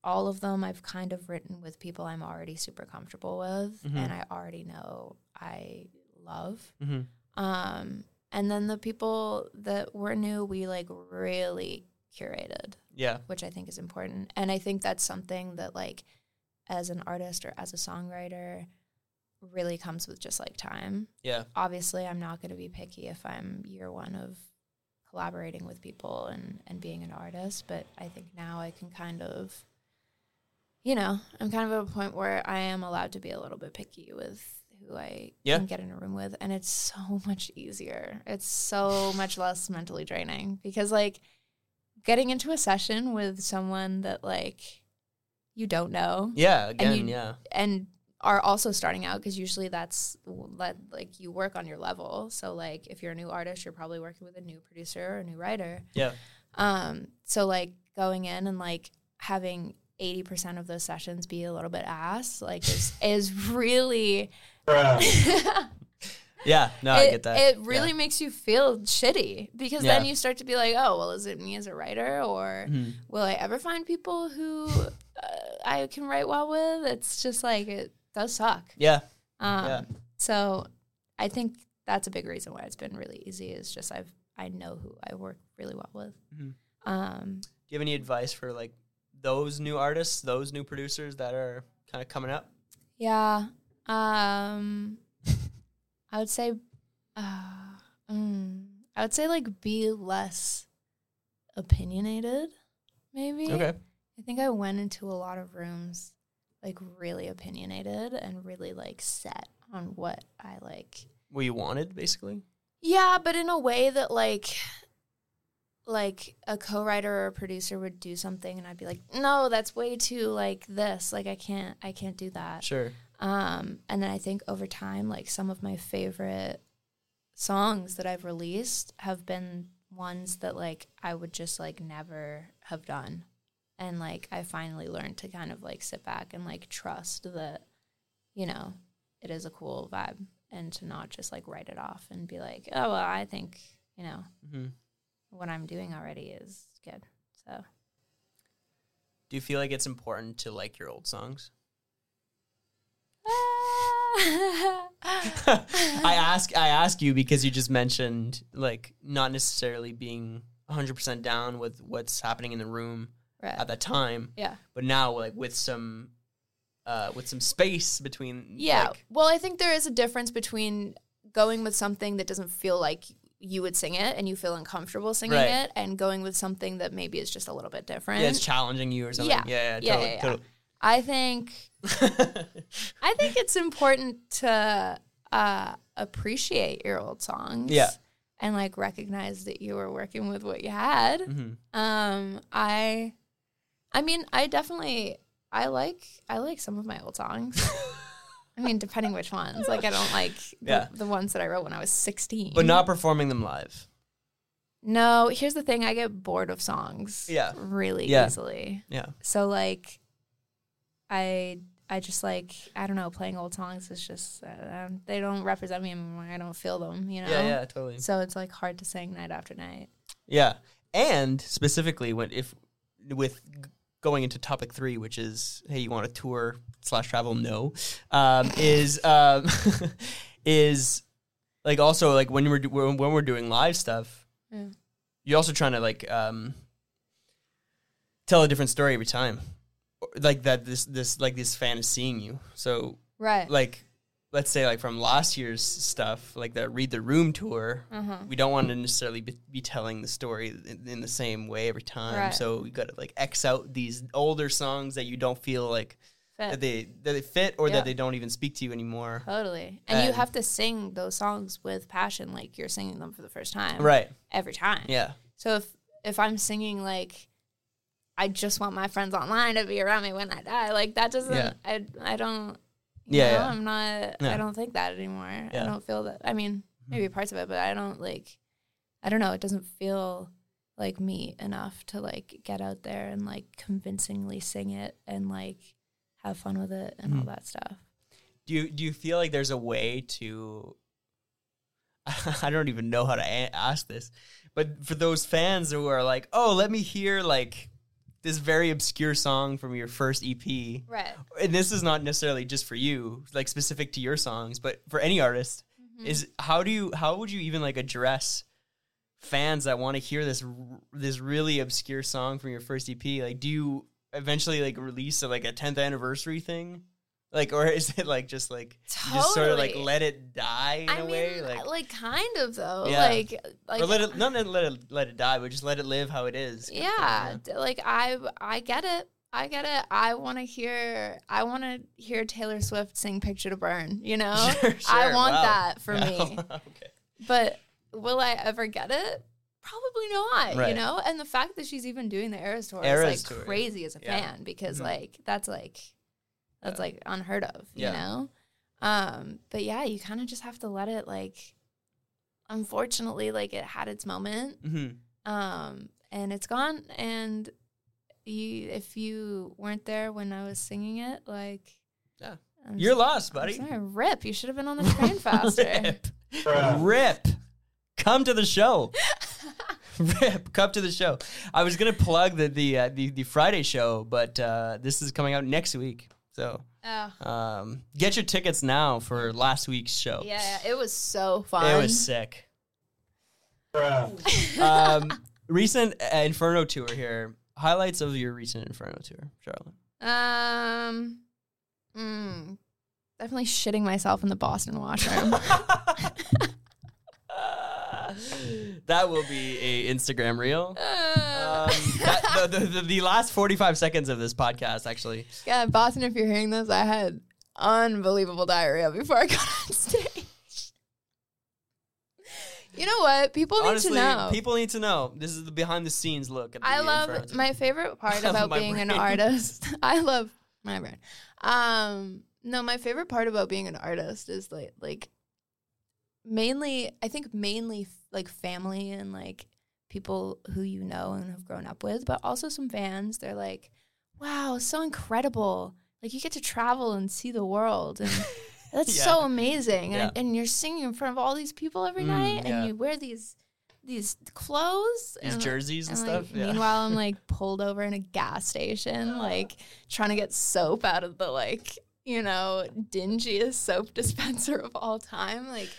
all of them I've kind of written with people I'm already super comfortable with Mhm. and I already know I love. Mm-hmm. Um and then the people that were new, we like really curated Yeah. which I think is important. And I think that's something that like as an artist or as a songwriter really comes with just like time. Yeah. Obviously, I'm not going to be picky if I'm year 1 of collaborating with people and and being an artist, but I think now I can kind of you know, I'm kind of at a point where I am allowed to be a little bit picky with who I Yeah. can get in a room with and it's so much easier. It's so much less mentally draining because like getting into a session with someone that like you don't know Yeah. Again, you- yeah. and are also starting out because usually that's let like you work on your level so like if you're a new artist you're probably working with a new producer or a new writer Yeah. um so like going in and like having 80% of those sessions be a little bit ass like is, is really Yeah. No, I it, get that. It Yeah. really makes you feel shitty because then Yeah. you start to be like, oh, well, is it me as a writer or Mhm. will I ever find people who uh, I can write well with? It's just like it does suck. Yeah. Um, Yeah. So I think that's a big reason why it's been really easy is just I've I know who I work really well with. Mhm. Um, Do you have any advice for like those new artists, those new producers that are kind of coming up? yeah. Um, I would say, uh, mm, I would say like be less opinionated, maybe. I think I went into a lot of rooms like really opinionated and really like set on what I like. What you wanted, basically. Yeah, but in a way that like like a co-writer or a producer would do something and I'd be like, "No, that's way too like this. Like I can't I can't do that." Sure. Um, and then I think over time, like some of my favorite songs that I've released have been ones that like I would just like never have done. And like I finally learned to kind of like sit back and like trust that, you know, it is a cool vibe and to not just like write it off and be like, oh, well, I think, you know, hmm what I'm doing already is good. So Do you feel like it's important to like your old songs? I ask I ask you because you just mentioned like not necessarily being 100% down with what's happening in the room right. at that time, Yeah. but now like with some uh with some space between Yeah. like, well, I think there is a difference between going with something that doesn't feel like you would sing it and you feel uncomfortable singing Right. it and going with something that maybe is just a little bit different. yeah, it's challenging you or something. Yeah. Yeah, Yeah, yeah, yeah, totally, I think totally. I think it's important to uh, appreciate your old songs. Yeah. And like recognize that you were working with what you had. Mhm. Um, I, I mean, I definitely, I like, I like some of my old songs. I mean, depending which ones. Like, I don't like the, Yeah. the ones that I wrote when I was sixteen. But not performing them live. No, here's the thing: I get bored of songs. Yeah. Really Yeah. easily. Yeah. So like, I. I just like I don't know playing old songs is just uh, they don't represent me anymore. I don't feel them, you know. Yeah, yeah, totally. So it's like hard to sing night after night. Yeah, and specifically when if with g- going into topic three, which is hey, you want to tour slash travel? No, um, is um, is like also like when we're do- when when we're doing live stuff. Yeah. You're also trying to like um, tell a different story every time, Or, like that. This this like this fan is seeing you. So Right. like, let's say like from last year's stuff, like the read the room tour. uh-huh. We don't want to necessarily be, be telling the story in, in the same way every time. Right. So we got to like X out these older songs that you don't feel like that they that they fit or Yeah. that they don't even speak to you anymore. Totally. And you And- have to sing those songs with passion, like you're singing them for the first time. Right. Every time. Yeah. So if if I'm singing like I just want my friends online to be around me when I die, like that doesn't Yeah. I I don't you Yeah, know, yeah. I'm not Yeah. I don't think that anymore. Yeah. Hmm. I don't feel that I mean, maybe parts of it, but I don't like I don't know, it doesn't feel like me enough to like get out there and like convincingly sing it and like have fun with it and Hmm. all that stuff. Do you do you feel like there's a way to? I don't even know how to a- ask this, but for those fans who are like, "Oh, let me hear like this very obscure song from your first E EP," Right. and this is not necessarily just for you, like specific to your songs, but for any artist, Mm-hmm. is how do you how would you even like address fans that want to hear this r- this really obscure song from your first EP? Like, do you eventually like release a, like a 10th anniversary thing? Like, or is it like just like you just sort of like Totally. let it die in a I mean, way, like, like, kind of though. Yeah. Like, like or let it not let it let it die, but just let it live how it is. kind of thing, yeah, d- like I, I get it. I get it. I want to hear. I want to hear Taylor Swift sing "Picture to Burn." You know, Sure, I sure, want wow. that for Yeah. me. okay. But will I ever get it? Probably not. You Right. know, and the fact that she's even doing the Eras tour Eras is like tour, yeah. crazy as a Yeah. fan because Mhm. like that's like that's like unheard of. Yeah. You know, um, but yeah, you kind of just have to let it like. Unfortunately, like it had its moment, hmm um, and it's gone. And you, if you weren't there when I was singing it, like, Yeah. I'm You're s- lost, I'm buddy. sorry, rip. You should have been on the train faster. Rip. Rip. Come to the show. Rip. Come to the show. I was gonna plug the the uh, the, the Friday show, but uh, this is coming out next week. So oh, um, get your tickets now for last week's show. yeah, it was so fun. Oh. It was sick. um, recent uh, Inferno tour here. Highlights of your recent Inferno tour, Charlotte. Um, mm, definitely shitting myself in the Boston Um, washroom. that will be a Instagram reel. Um, Uh, that- the, the, the, the last 45 seconds of this podcast, actually. yeah, Boston. If you're hearing this, I had unbelievable diarrhea before I got on stage. You know what? People need Honestly, to know. people need to know. This is the behind the scenes look. At the I love Inferno Tour. my favorite part Of about my being an brain. artist. I love my brain. Um, no, my favorite part about being an artist is like like mainly I think mainly like family and like people who you know and have grown up with, but also some fans. They're like, "Wow, so incredible! Like you get to travel and see the world and." That's Yeah. so amazing, Yeah. and, and you're singing in front of all these people every Mm, night, yeah. and you wear these these clothes, These and, jerseys and, and, stuff. Like, Meanwhile, I'm like pulled over in a gas station, like trying to get soap out of the like, you know, dingiest soap dispenser of all time. Like,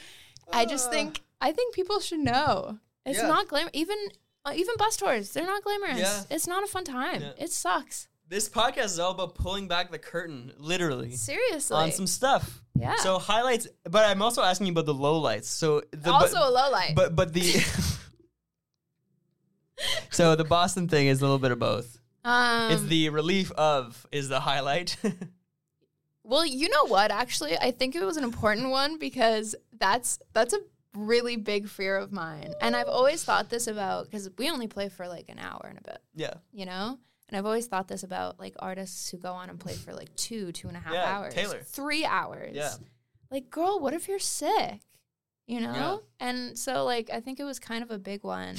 I just Ah. think I think people should know it's Yeah. not glam. Even uh, even bus tours, they're not glamorous. Yeah. It's not a fun time. Yeah. It sucks. this podcast is all about pulling back the curtain, literally, Seriously. on some stuff. yeah. So highlights, but I'm also asking you about the lowlights. So the, also but, a low light. but but the so the Boston thing is a little bit of both. um, it's the relief of is the highlight. Well, you know what? Actually, I think it was an important one because that's that's a really big fear of mine, and I've always thought this about because we only play for like an hour and a bit, yeah, you know. And I've always thought this about like artists who go on and play for like two, two and a half Yeah, hours, Taylor. three hours. yeah, Like, girl, what if you're sick? You know. And so, like, I think it was kind of a big one.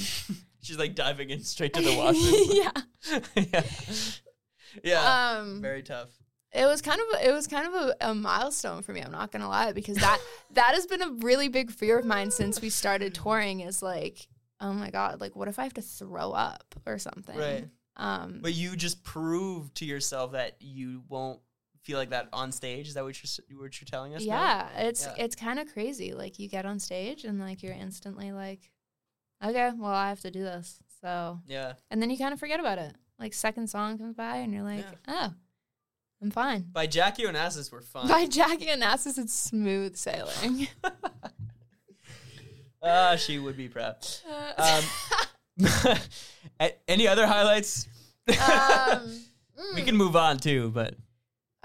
she's like diving in straight to the washroom. yeah. yeah, yeah, Um. very tough. It was kind of a, it was kind of a, a milestone for me. I'm not gonna lie because that that has been a really big fear of mine since we started touring. Is like, oh my god, like what if I have to throw up or something? Right. Um. But you just prove to yourself that you won't feel like that on stage. Is that what you're s- what you're telling us? now? yeah, it's Yeah. it's kind of crazy. Like you get on stage and like you're instantly like, okay, well, I have to do this. So, Yeah. and then you kind of forget about it. Like, second song comes by, and you're like, Yeah. oh, I'm fine. By Jackie Onassis, we're fine. By Jackie and Asses, it's smooth sailing. Ah, she would be proud. Uh, Um, a- any other highlights? um, we mm. can move on too, but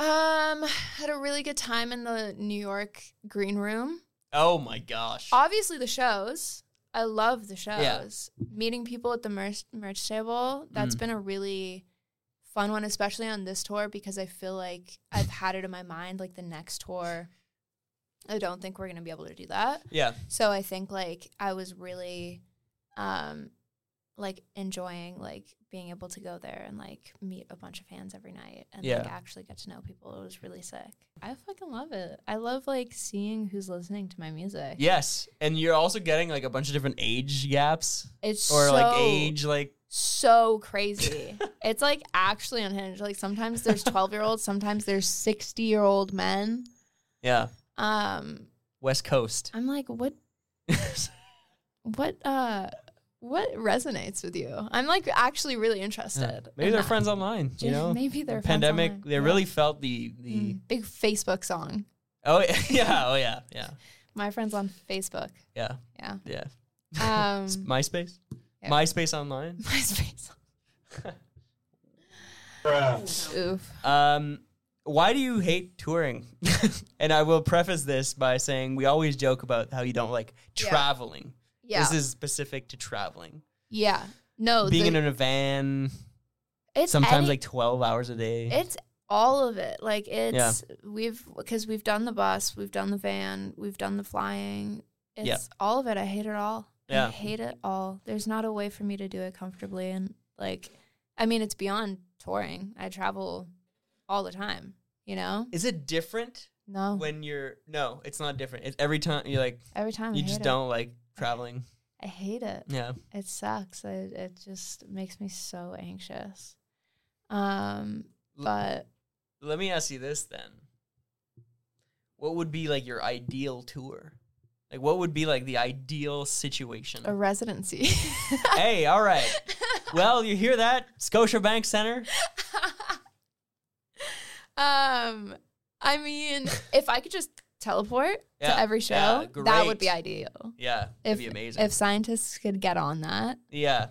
Um, had a really good time in the New York green room. oh my gosh. Obviously, the shows. I love the shows. Yeah. Meeting people at the merch, merch table. That's Mm. been a really fun one, especially on this tour, because I feel like I've had it in my mind like the next tour. I don't think we're going to be able to do that. Yeah. So I think like I was really um like enjoying like being able to go there and like meet a bunch of fans every night and Yeah. like actually get to know people. It was really sick. I fucking love it. I love like seeing who's listening to my music. Yes, and you're also getting like a bunch of different age gaps It's or so, like age like so crazy. it's like actually unhinged. Like sometimes there's 12 year olds, sometimes there's 60 year old men. yeah, Um West Coast. I'm like what what uh what resonates with you? I'm like actually really interested. Maybe in they're that. friends online, you Yeah, know? maybe they're friends Pandemic, online. they really felt the the Mm, big Facebook song. Oh yeah, oh yeah, yeah. My friends on Facebook. Yeah. Yeah. Yeah. Um, It's MySpace? Yeah. MySpace online? MySpace. Oof. Um, why do you hate touring? and I will preface this by saying we always joke about how you don't like Yeah. traveling. Yeah. This is specific to traveling. yeah. No. Being the- in a van, it's sometimes any- like 12 hours a day. it's all of it. Like it's we've because we've done the bus, we've done the van, we've done the flying. It's Yeah. all of it. I hate it all. I Yeah. hate it all. There's not a way for me to do it comfortably and like I mean it's beyond touring. I travel all the time, you know? is it different No. when you're no it's not different it's every time you're like Every time I you hate just it. don't like traveling I hate it. yeah It sucks. It, it just makes me so anxious. Um, L- but let me ask you this then what would be like your ideal tour like what would be like the ideal situation a residency. hey all right well you hear that scotiabank center um, I mean, if I could just teleport Yeah, to every show, yeah, that would be great. ideal. yeah If that'd be amazing if scientists could get on that, yeah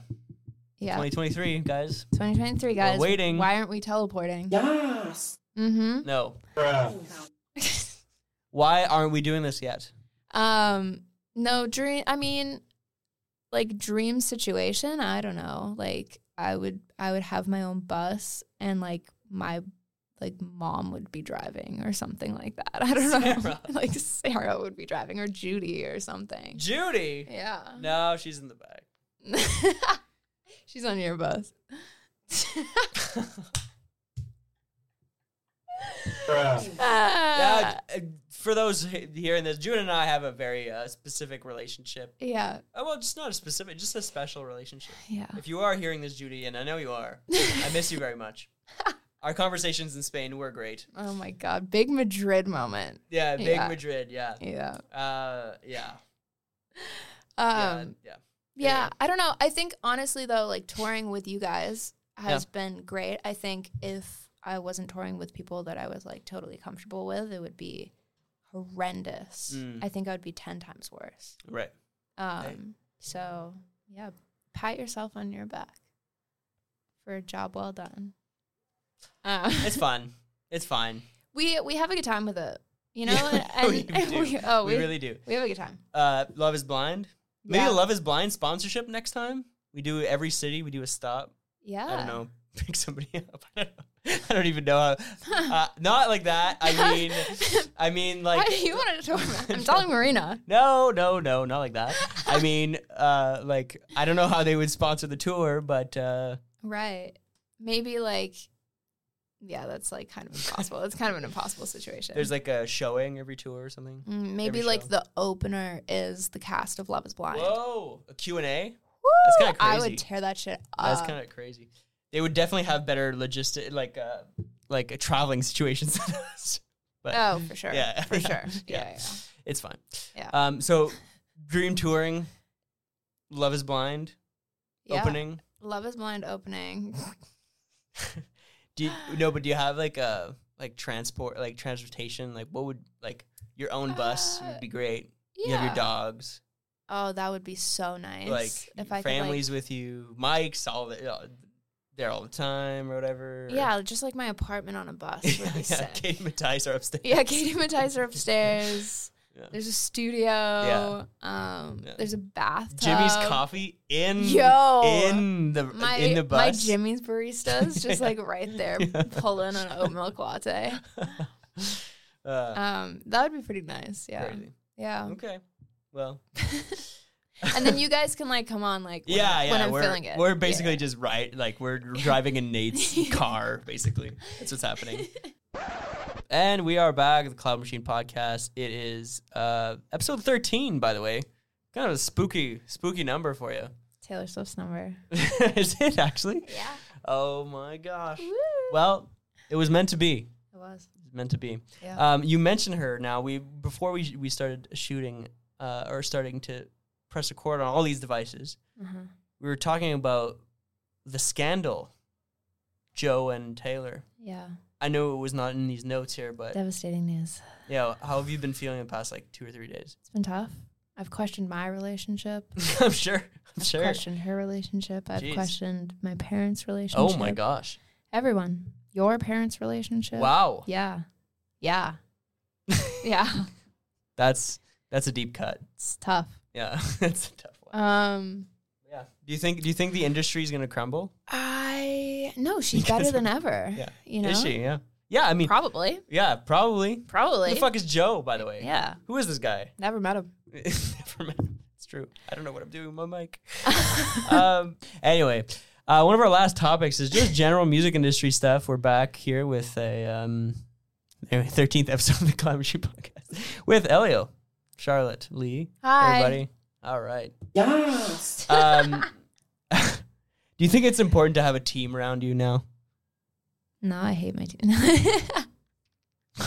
yeah. 2023 guys 2023 guys, waiting. Why aren't we teleporting? Yes. Mm-hmm. no Bruh. why aren't we doing this yet Um, no dream. I mean, like dream situation. I don't know. Like I would, I would have my own bus, and like my like mom would be driving or something like that. I don't know. Sarah. like Sarah would be driving or Judy or something. judy Yeah. no she's in the back She's on your bus. Bruh. Yeah, Ah, uh, for those he- hearing this, June and I have a very uh, specific relationship. yeah. Oh, well, just not a specific, just a special relationship. Yeah. If you are hearing this, Judy, and I know you are, I miss you very much. Our conversations in Spain were great. Oh my God. Big Madrid moment. Yeah, big Yeah. Madrid. Yeah, Yeah. uh, yeah, yeah, Um, yeah. Yeah, Yeah. I don't know. I think honestly though, like touring with you guys has Yeah. been great. I think if I wasn't touring with people that I was like totally comfortable with, it would be horrendous. Mm. I think I would be ten times worse. Right. Um, so yeah, pat yourself on your back for a job well done. Uh, It's fun. It's fine. we we have a good time with it, you know. Yeah, we and- do. we- oh, we, we, really do. we have a good time. Uh, Love is blind. Maybe yeah. Love is blind sponsorship next time. We do every city. We do a stop. yeah. I don't know. Pick somebody up. I don't, know. I don't even know how. Uh, not like that. I mean, I mean, like, you wanted to tour? I'm telling Marina. no, no, no, not like that. I mean, uh, like, I don't know how they would sponsor the tour, but uh, Right. Maybe like yeah, that's like kind of impossible. it's kind of an impossible situation. there's like a showing every tour or something. Mm, maybe every like show. the opener is the cast of Love is Blind. Whoa, a Q and A. Woo! kinda I crazy. would tear that shit up. That's kind of crazy. They would definitely have better logistic, like, uh, like a traveling situations than us. But Oh, for sure. yeah, For sure. yeah, yeah. it's fine. Yeah. Um, so dream touring. Love is Blind Yeah. opening. Love is Blind opening. Do you, no, but do you have like a like transport, like transportation? Like what would like your own bus Uh, would be great. Yeah. You have your dogs, Oh, that would be so nice. like if I families with you, mics, all the, uh, there all the time or whatever. could, like, yeah, just like my apartment on a bus would be yeah, sick. Kate Matisse are upstairs. Yeah, Katie Matisse are upstairs. Yeah. There's a studio. Um, Yeah. there's a bathtub. Jimmy's coffee in Yo. in the My in the my bus. Jimmy's barista's just like right there pulling an oat milk latte. uh, Um, that would be pretty nice. Yeah, Um, crazy. yeah. Okay. Well, And then you guys can like come on like when, yeah, yeah. when I'm we're, feeling it. We're basically just right, like we're driving in Nate's car. Basically, that's what's happening. And we are back at the Cloud Machine Podcast. It is uh, episode thirteen, by the way. Kind of a spooky, spooky number for you. Taylor Swift's number. is it actually? Yeah, Oh my gosh. Woo. Well, it was meant to be. it was. It was meant to be. Yeah. Um, you mentioned her. Now we before we we started shooting uh, or starting to press record on all these devices, Uh-huh. we were talking about the scandal, Joe and Taylor. Yeah, I know it was not in these notes here, but devastating news. yeah, how have you been feeling the past like two or three days? It's been tough. I've questioned my relationship. I'm sure. I'm I've sure. questioned her relationship. I've Jeez. questioned my parents' relationship. Oh my gosh! Everyone, your parents' relationship. Wow, Yeah, yeah, yeah. that's that's a deep cut. It's tough. Yeah, that's a tough one. Um, Yeah. Do you think do you think the industry is going to crumble? I no, she's Because- better than ever. Yeah. you know, Is she? Yeah. Yeah. I mean, probably, yeah, probably. Who probably. the fuck is Joe, by the way? Yeah, Who is this guy? never met him. Never mind. It's true. I don't know what I'm doing with my mic. um, anyway, uh, one of our last topics is just general music industry stuff. We're back here with a um, anyway, 13th episode of the Climb Machine Podcast with Elio, Charlotte, Lee, Hi. everybody. All right. Yes. Um, do you think it's important to have a team around you now? No, I hate my team.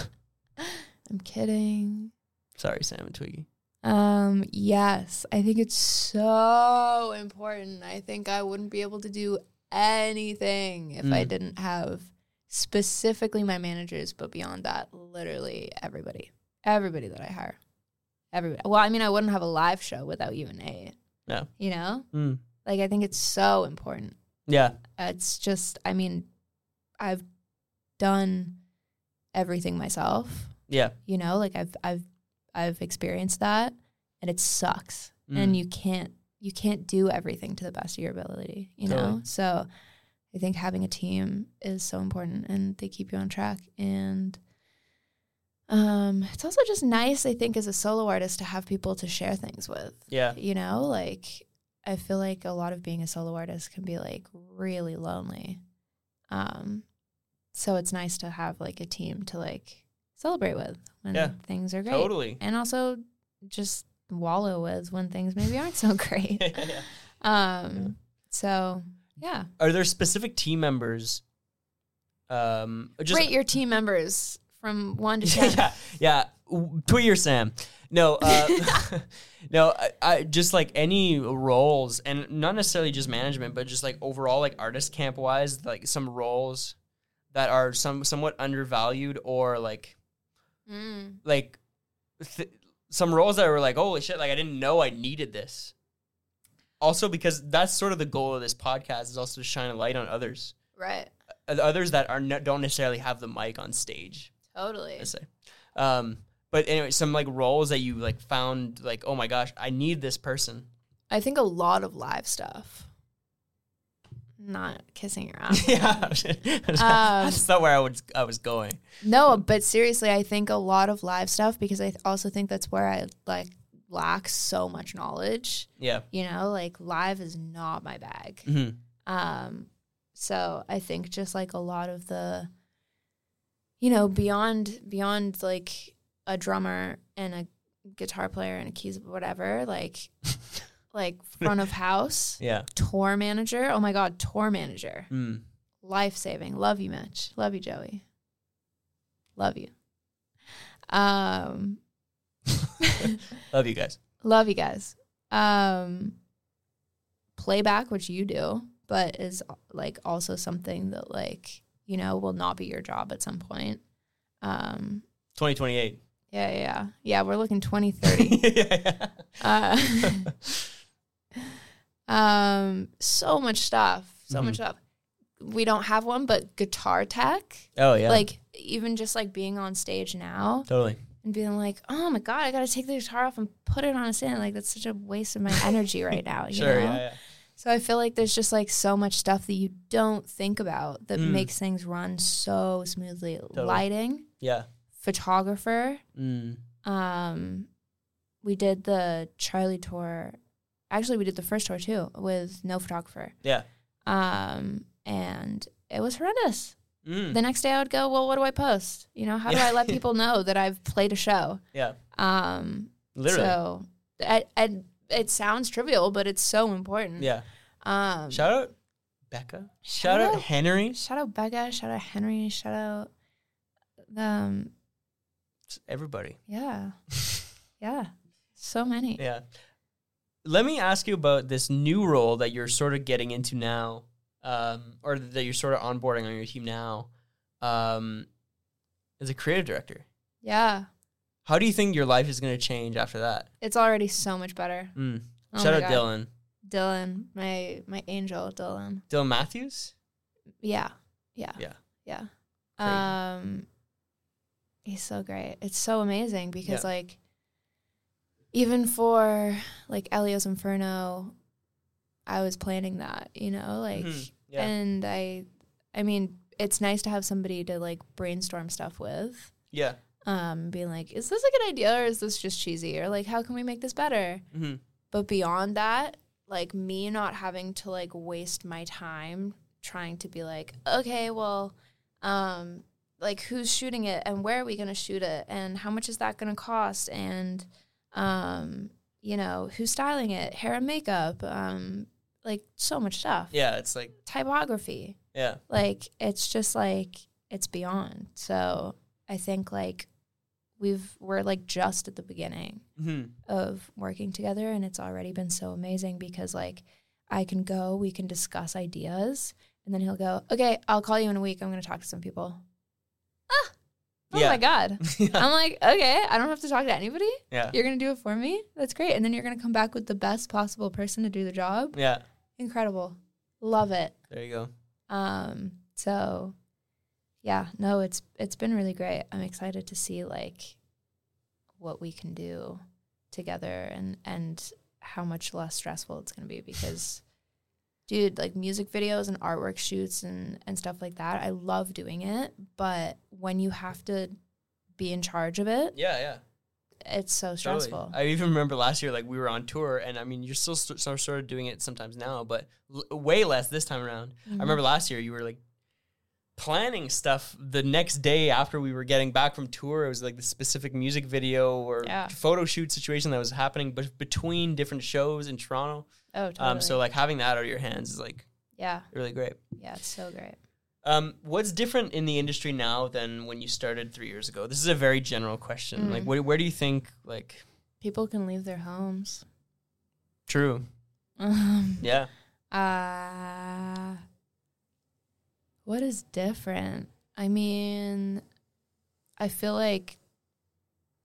I'm kidding. Sorry, Sam and Twiggy. Um, yes, I think it's so important. I think I wouldn't be able to do anything if I Mm. didn't have specifically my managers, but beyond that, literally everybody. Everybody that I hire. Everybody. Well, I mean, I wouldn't have a live show without you and Nate. Yeah. You know? Mm. Like I think it's so important Yeah. it's just i mean i've done everything myself Yeah. you know like i've i've i've experienced that and it sucks and Mm. you can't you can't do everything to the best of your ability you know Totally. so i think having a team is so important and they keep you on track and um it's also just nice i think as a solo artist to have people to share things with Yeah. you know like i feel like a lot of being a solo artist can be like really lonely um so it's nice to have like a team to like celebrate with when Yeah. things are great Totally. and also just wallow with when things maybe aren't so great Yeah. um so yeah Are there specific team members? Um, just rate your team members from one to ten yeah, yeah. W- Tweet your Sam. No, uh, no. I, I just like any roles, and not necessarily just management, but just like overall, like artist camp wise, like some roles that are some somewhat undervalued or like Mm. like th- some roles that were like, holy shit, like I didn't know I needed this. Also, because that's sort of the goal of this podcast is also to shine a light on others, right Uh, others that are not, don't necessarily have the mic on stage. totally I say. Um, but anyway, some like roles that you like found like, oh my gosh, I need this person. i think a lot of live stuff not kissing your ass yeah, that's not where I was. I was going. No, but seriously, I think a lot of live stuff because I th- also think that's where I like lack so much knowledge. Yeah. You know, like live is not my bag. hmm Um, so I think just like a lot of the, you know, beyond beyond like a drummer and a guitar player and a keys whatever, like like front of house Yeah. tour manager. Oh my god, tour manager, Mm. life saving. Love you, Mitch. Love you, Joey. Love you. Um, Love you guys. love you guys. Um, playback, which you do, but is like also something that like you know will not be your job at some point. Um, 2028. yeah, yeah, yeah. yeah. We're looking twenty thirty. yeah, uh, um, so much stuff, so Mhm. much stuff. We don't have one, but guitar tech, Oh yeah. like even just like being on stage now, totally. and being like, "Oh my god, I got to take the guitar off and put it on a stand." Like that's such a waste of my energy right now. You Sure. know? Yeah, yeah. So I feel like there's just like so much stuff that you don't think about that Mm. makes things run so smoothly. Lighting, Yeah. photographer. Mm. Um, we did the Charlie tour. Actually, we did the first tour too with no photographer. Yeah. Um, and it was horrendous. Mm. The next day I would go, well, what do I post? You know, how do Yeah. I let people know that I've played a show? Yeah. Um, Literally. So, I, I, it sounds trivial, but it's so important. yeah. Um, Shout out Becca. Shout, Shout out out- Henry. shout out Becca. Shout out Henry. Shout out. Um. Everybody. Yeah. Yeah. So many. Yeah. Let me ask you about this new role that you're sort of getting into now, um, or that you're sort of onboarding on your team now, um, as a creative director. Yeah. How do you think your life is going to change after that? It's already so much better. Mm. Oh Shout my out God. Dylan. Dylan, my my angel, Dylan. Dylan Matthews? Yeah. Yeah. Yeah. Yeah. Crazy. Um he's so great. It's so amazing because Yeah. like even for like Elio's Inferno, I was planning that, you know, like Mhm. Yeah. and I I mean, it's nice to have somebody to like brainstorm stuff with. yeah. Um, being like, is this a good idea or is this just cheesy? Or like how can we make this better? Mhm. but beyond that like me not having to like waste my time trying to be like okay well um like who's shooting it and where are we going to shoot it and how much is that going to cost and um you know who's styling it hair and makeup um like so much stuff Yeah. It's like, typography yeah. like it's just like it's beyond so i think like we've we're like just at the beginning Mhm. of working together and it's already been so amazing because like I can go, we can discuss ideas, and then he'll go, "Okay, I'll call you in a week. I'm going to talk to some people." Ah. Oh Yeah. my god. I'm like, "Okay, I don't have to talk to anybody. yeah. You're going to do it for me? That's great." And then you're going to come back with the best possible person to do the job. Yeah. Incredible. Love it. There you go. Um, so yeah, no, it's it's been really great. I'm excited to see like what we can do together and and how much less stressful it's going to be because dude, like music videos and artwork shoots and and stuff like that, I love doing it, but when you have to be in charge of it, Yeah. Yeah. it's so Totally. stressful. I even remember last year, like we were on tour, and I mean, you're still st- so- sort of doing it sometimes now, but l- way less this time around. Mm-hmm. I remember last year you were like planning stuff the next day after we were getting back from tour. It was like the specific music video or Yeah. photo shoot situation that was happening, but between different shows in Toronto. oh, totally. Um, so like having that out of your hands is like yeah, really great. yeah, it's so great. Um, what's different in the industry now than when you started three years ago? This is a very general question. Mm. Like, wh- where do you think like People can leave their homes. true? Um, Yeah. Uh, what is different? I mean, I feel like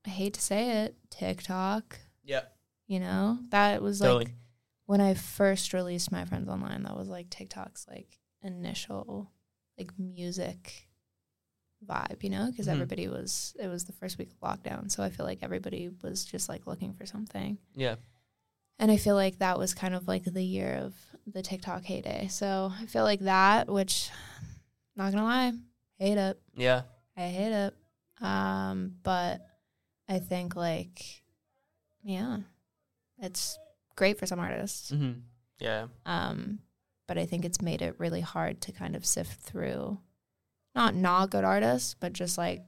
I hate to say it, TikTok, Yeah. you know? That was like Totally. when I first released my friends online, that was like TikTok's like initial like music vibe, you know, because Mhm. everybody was it was the first week of lockdown, so I feel like everybody was just like looking for something. Yeah. And I feel like that was kind of like the year of the TikTok heyday. So I feel like that, which not gonna lie, hate it. Yeah. I hate it. Um, but I think like yeah, it's great for some artists. hmm Yeah. Um, but I think it's made it really hard to kind of sift through not not good artists, but just like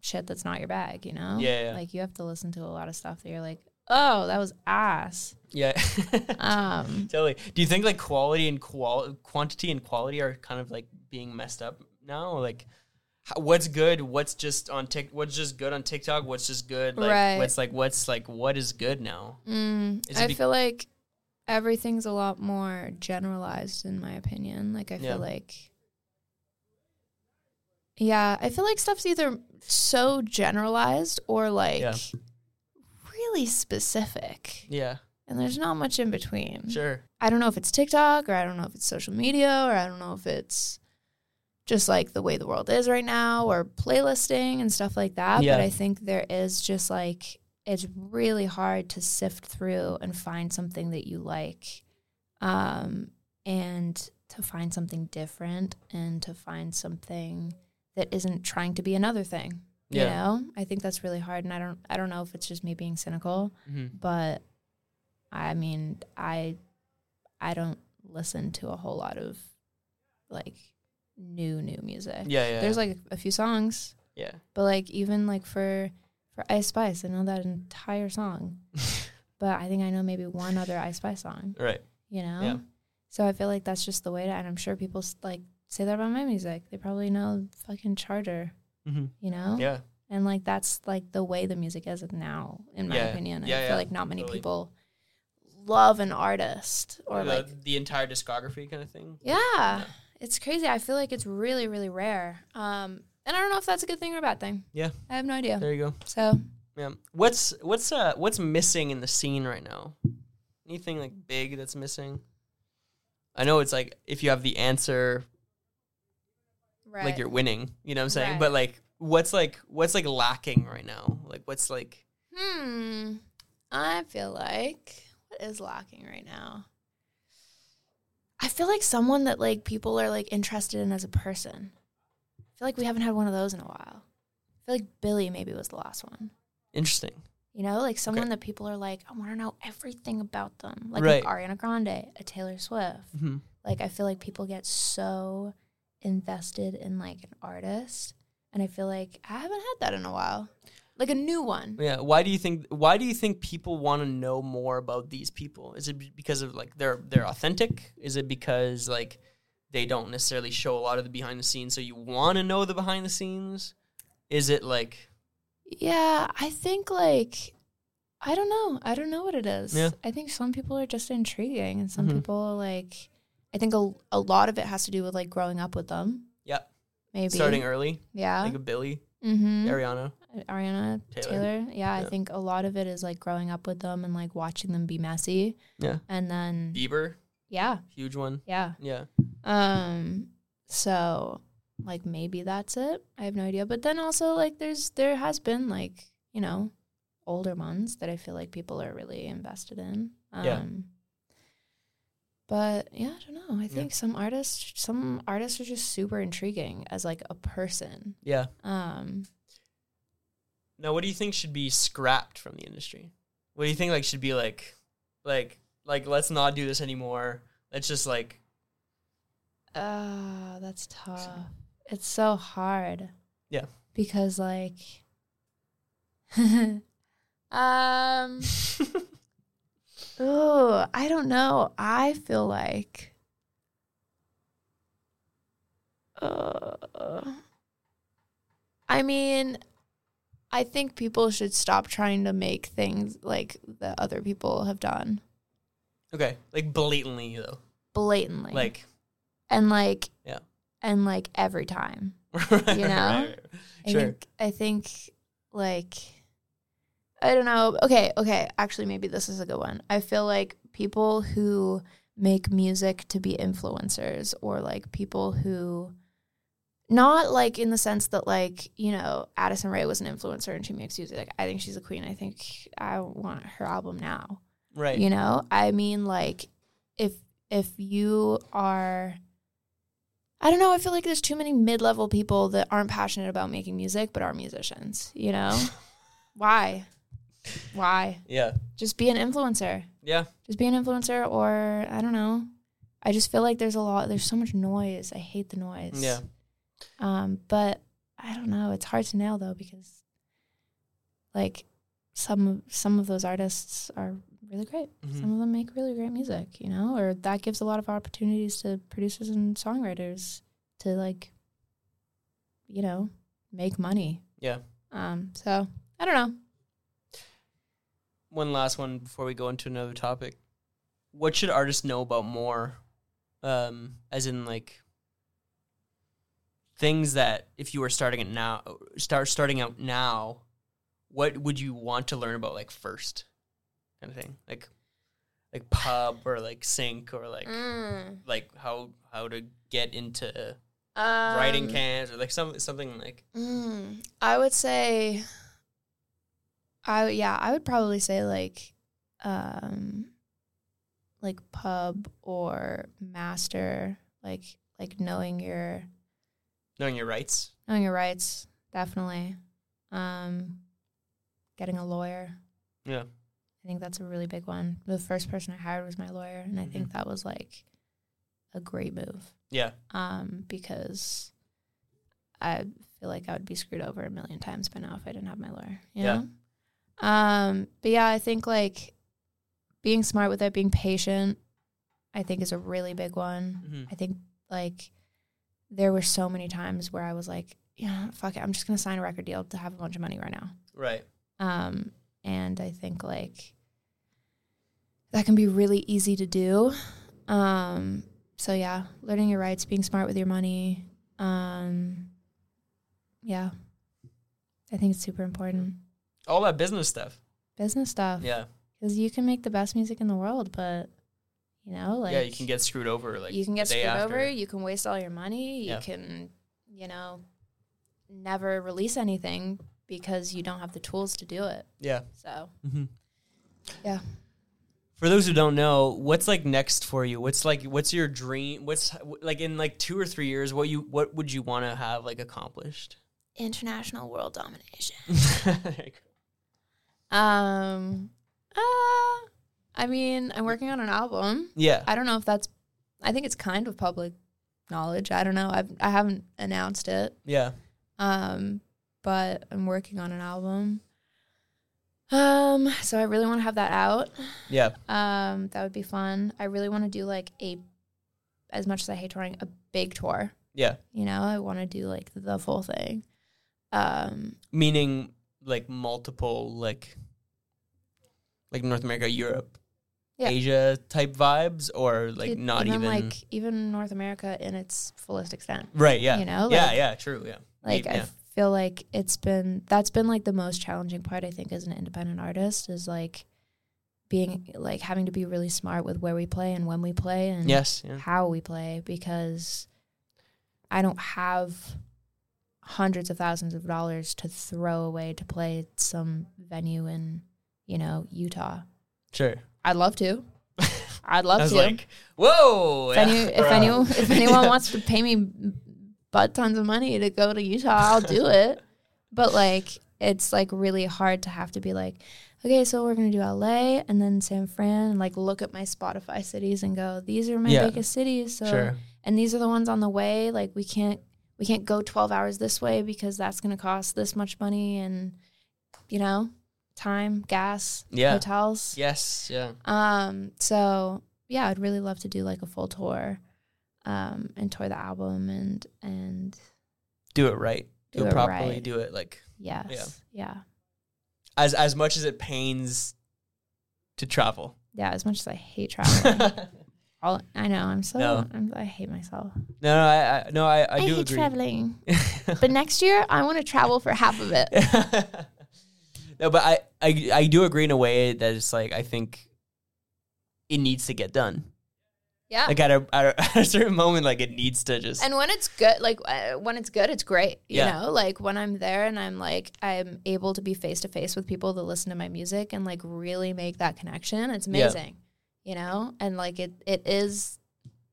shit that's not your bag, you know? Yeah, yeah. Oh, Like you have to listen to a lot of stuff that you're like, oh, that was ass. Yeah. Um totally. Do you think like quality and qual quantity and quality are kind of like being messed up now? Like, how, what's good? What's just on Tik? What's just good on TikTok? What's just good? Like, Right. What's like what's like what is good now? Mm, Is it I be- feel like everything's a lot more generalized in my opinion. Like I Yeah. feel like Yeah, I feel like stuff's either so generalized or like Yeah. really specific. Yeah, And there's not much in between. sure. I don't know if it's TikTok or I don't know if it's social media or I don't know if it's just like the way the world is right now or playlisting and stuff like that. Yeah. But I think there is just like, it's really hard to sift through and find something that you like um, and to find something different and to find something that isn't trying to be another thing. Yeah. You know, I think that's really hard, and I don't, I don't know if it's just me being cynical, hmm but I mean, I I don't listen to a whole lot of like new new music. Yeah, yeah. There's like a few songs, yeah. but like even like for for Ice Spice, I know that entire song, but I think I know maybe one other Ice Spice song. right. You know, Yeah. so I feel like that's just the way to. And I'm sure people s- like say that about my music. They probably know fucking Charter. hmm You know, Yeah. and like that's like the way the music is now, in my Yeah. opinion. And Yeah, I feel yeah, like not many totally. people love an artist or the, like the entire discography kind of thing. yeah, It's crazy. I feel like it's really, really rare. Um and I don't know if that's a good thing or a bad thing. Yeah. I have no idea. There you go. So Yeah. What's what's uh what's missing in the scene right now? Anything like big that's missing? I know it's like if you have the answer, right. like you're winning. You know what I'm saying? Right. But like, what's like what's like lacking right now? Like, what's like hmm. I feel like what is lacking right now? I feel like someone that like people are like interested in as a person. I feel like we haven't had one of those in a while. I feel like Billy maybe was the last one. interesting? You know, like someone that people are like, I want to know everything about them. Like, Right. like Ariana Grande, a Taylor Swift. Mm-hmm. Like, I feel like people get so invested in like an artist. And I feel like I haven't had that in a while. Like a new one. Yeah. Why do you think Why do you think people want to know more about these people? Is it be- because of like they're they're authentic? Is it because like they don't necessarily show a lot of the behind the scenes, so you want to know the behind the scenes? Is it like Yeah, I think like, I don't know. I don't know what it is. Yeah. I think some people are just intriguing and some Mhm. people are like, I think a, a lot of it has to do with like growing up with them. Yeah. Maybe. starting early, Yeah. like a Billy, mm-hmm. Ariana? Ariana Taylor. Taylor. Yeah, Yeah. I think a lot of it is like growing up with them and like watching them be messy. Yeah. And then Bieber, yeah, huge one. yeah. Yeah. Um so like maybe that's it. I have no idea. But then also like there's there has been like, you know, older ones that I feel like people are really invested in. Um Yeah. But yeah, I don't know. I think some artists some artists are just super intriguing as like a person. Yeah. Um Now, what do you think should be scrapped from the industry? What do you think like should be like, like, like let's not do this anymore. Let's just like, Ah, that's tough. It's so hard. Yeah. Because like um oh, I don't know. I feel like uh, I mean, I think people should stop trying to make things like that other people have done okay, like blatantly though, blatantly. like, and like Yeah. and like every time. right, You right, know? right, right. I Sure. think I think like I don't know. Okay, okay. Actually, maybe this is a good one. I feel like people who make music to be influencers or like people who not like in the sense that like, you know, Addison Ray was an influencer and she makes music. Like, I think she's a queen. I think I want her album now. right. You know? I mean like if if you are I don't know, I feel like there's too many mid-level people that aren't passionate about making music but are musicians, you know? Why? Why? Yeah, Just be an influencer. yeah, Just be an influencer or I don't know. I just feel like there's a lot there's so much noise. I hate the noise. yeah. Um, but I don't know. It's hard to nail though because like some some of those artists are really great. Mhm. Some of them make really great music, you know, or that gives a lot of opportunities to producers and songwriters to like you know, make money. Yeah. Um, so I don't know. One last one before we go into another topic. what should artists know about more? Um, as in like things that if you were starting it now, start starting out now, what would you want to learn about like first, kind of thing, like like pub or like sync or like Mm. like how how to get into Um, writing cans or like some something like Mm, I would say, I yeah, I would probably say like, um, like pub or master, like like knowing your knowing your rights. knowing your rights, definitely. Um, getting a lawyer, Yeah. I think that's a really big one. The first person I hired was my lawyer, and I think that was like a great move Mm-hmm. Yeah. um, because I feel like I would be screwed over a million times by now if I didn't have my lawyer. You Yeah. know? Um, but yeah, I think like being smart with it, being patient, I think is a really big one. Mhm. I think like there were so many times where I was like, yeah, fuck it, I'm just gonna sign a record deal to have a bunch of money right now. Right. Um, and I think like that can be really easy to do. Um, so yeah, learning your rights, being smart with your money. Um, yeah, I think it's super important. All that business stuff. Business stuff, Yeah. because you can make the best music in the world, but you know, like yeah, you can get screwed over like you can get the day screwed after. over. You can waste all your money. You Yeah. can, you know, never release anything because you don't have the tools to do it. Yeah. So. Mm-hmm. Yeah. For those who don't know, what's like next for you? What's like what's your dream? What's like in like 2 or 3 years what you what would you want to have like accomplished? international world domination. Like, Um, uh, I mean, I'm working on an album. yeah. I don't know if that's. I think it's kind of public knowledge. I don't know. I've I haven't announced it. Yeah. Um, but I'm working on an album. Um, so I really want to have that out. Yeah. Um, that would be fun. I really want to do like a, as much as I hate touring, a big tour. Yeah. You know, I want to do like the full thing. Um, Meaning like multiple like like North America, Europe, Yeah. Asia type vibes or like Dude, not even, like even North America in its fullest extent. Right, yeah. you know, yeah, like- yeah, true, yeah. Like yeah. I feel like it's been that's been like the most challenging part I think as an independent artist is like being like having to be really smart with where we play and when we play and yes, yeah. how we play because I don't have hundreds of thousands of dollars to throw away to play some venue in, you know, Utah. Sure. I'd love to. I'd love I was to. like, whoa. if, yeah. any, if, any, if anyone wants to pay me butt tons of money to go to Utah, I'll do it. But like, it's like really hard to have to be like, okay, so we're gonna do LA and then San Fran, and like look at my Spotify cities and go, these are my Yeah. biggest cities. So Sure. and these are the ones on the way. Like we can't we can't go twelve hours this way because that's gonna cost this much money and you know time, gas, Yeah. hotels. Yes, yeah. Um, so yeah, I'd really love to do like a full tour, um, and tour the album and and Do it right. Do Do it it properly. right. Do it like yes, yeah. yeah, as as much as it pains to travel. As much as I hate no, traveling, all I know I'm so No. I'm, I hate myself. no, I, I no, I, I, do hate agree. traveling, but next year I want to travel for half of it. no, but I, I I do agree in a way that it's like I think it needs to get done. Yeah, Like at a, at a at a certain moment, like it needs to just Ah. and when it's good, like uh, when it's good, it's great. You Yeah. know, like when I'm there and I'm like I'm able to be face to face with people that listen to my music and like really make that connection. It's Yeah. amazing, you know, and like it it is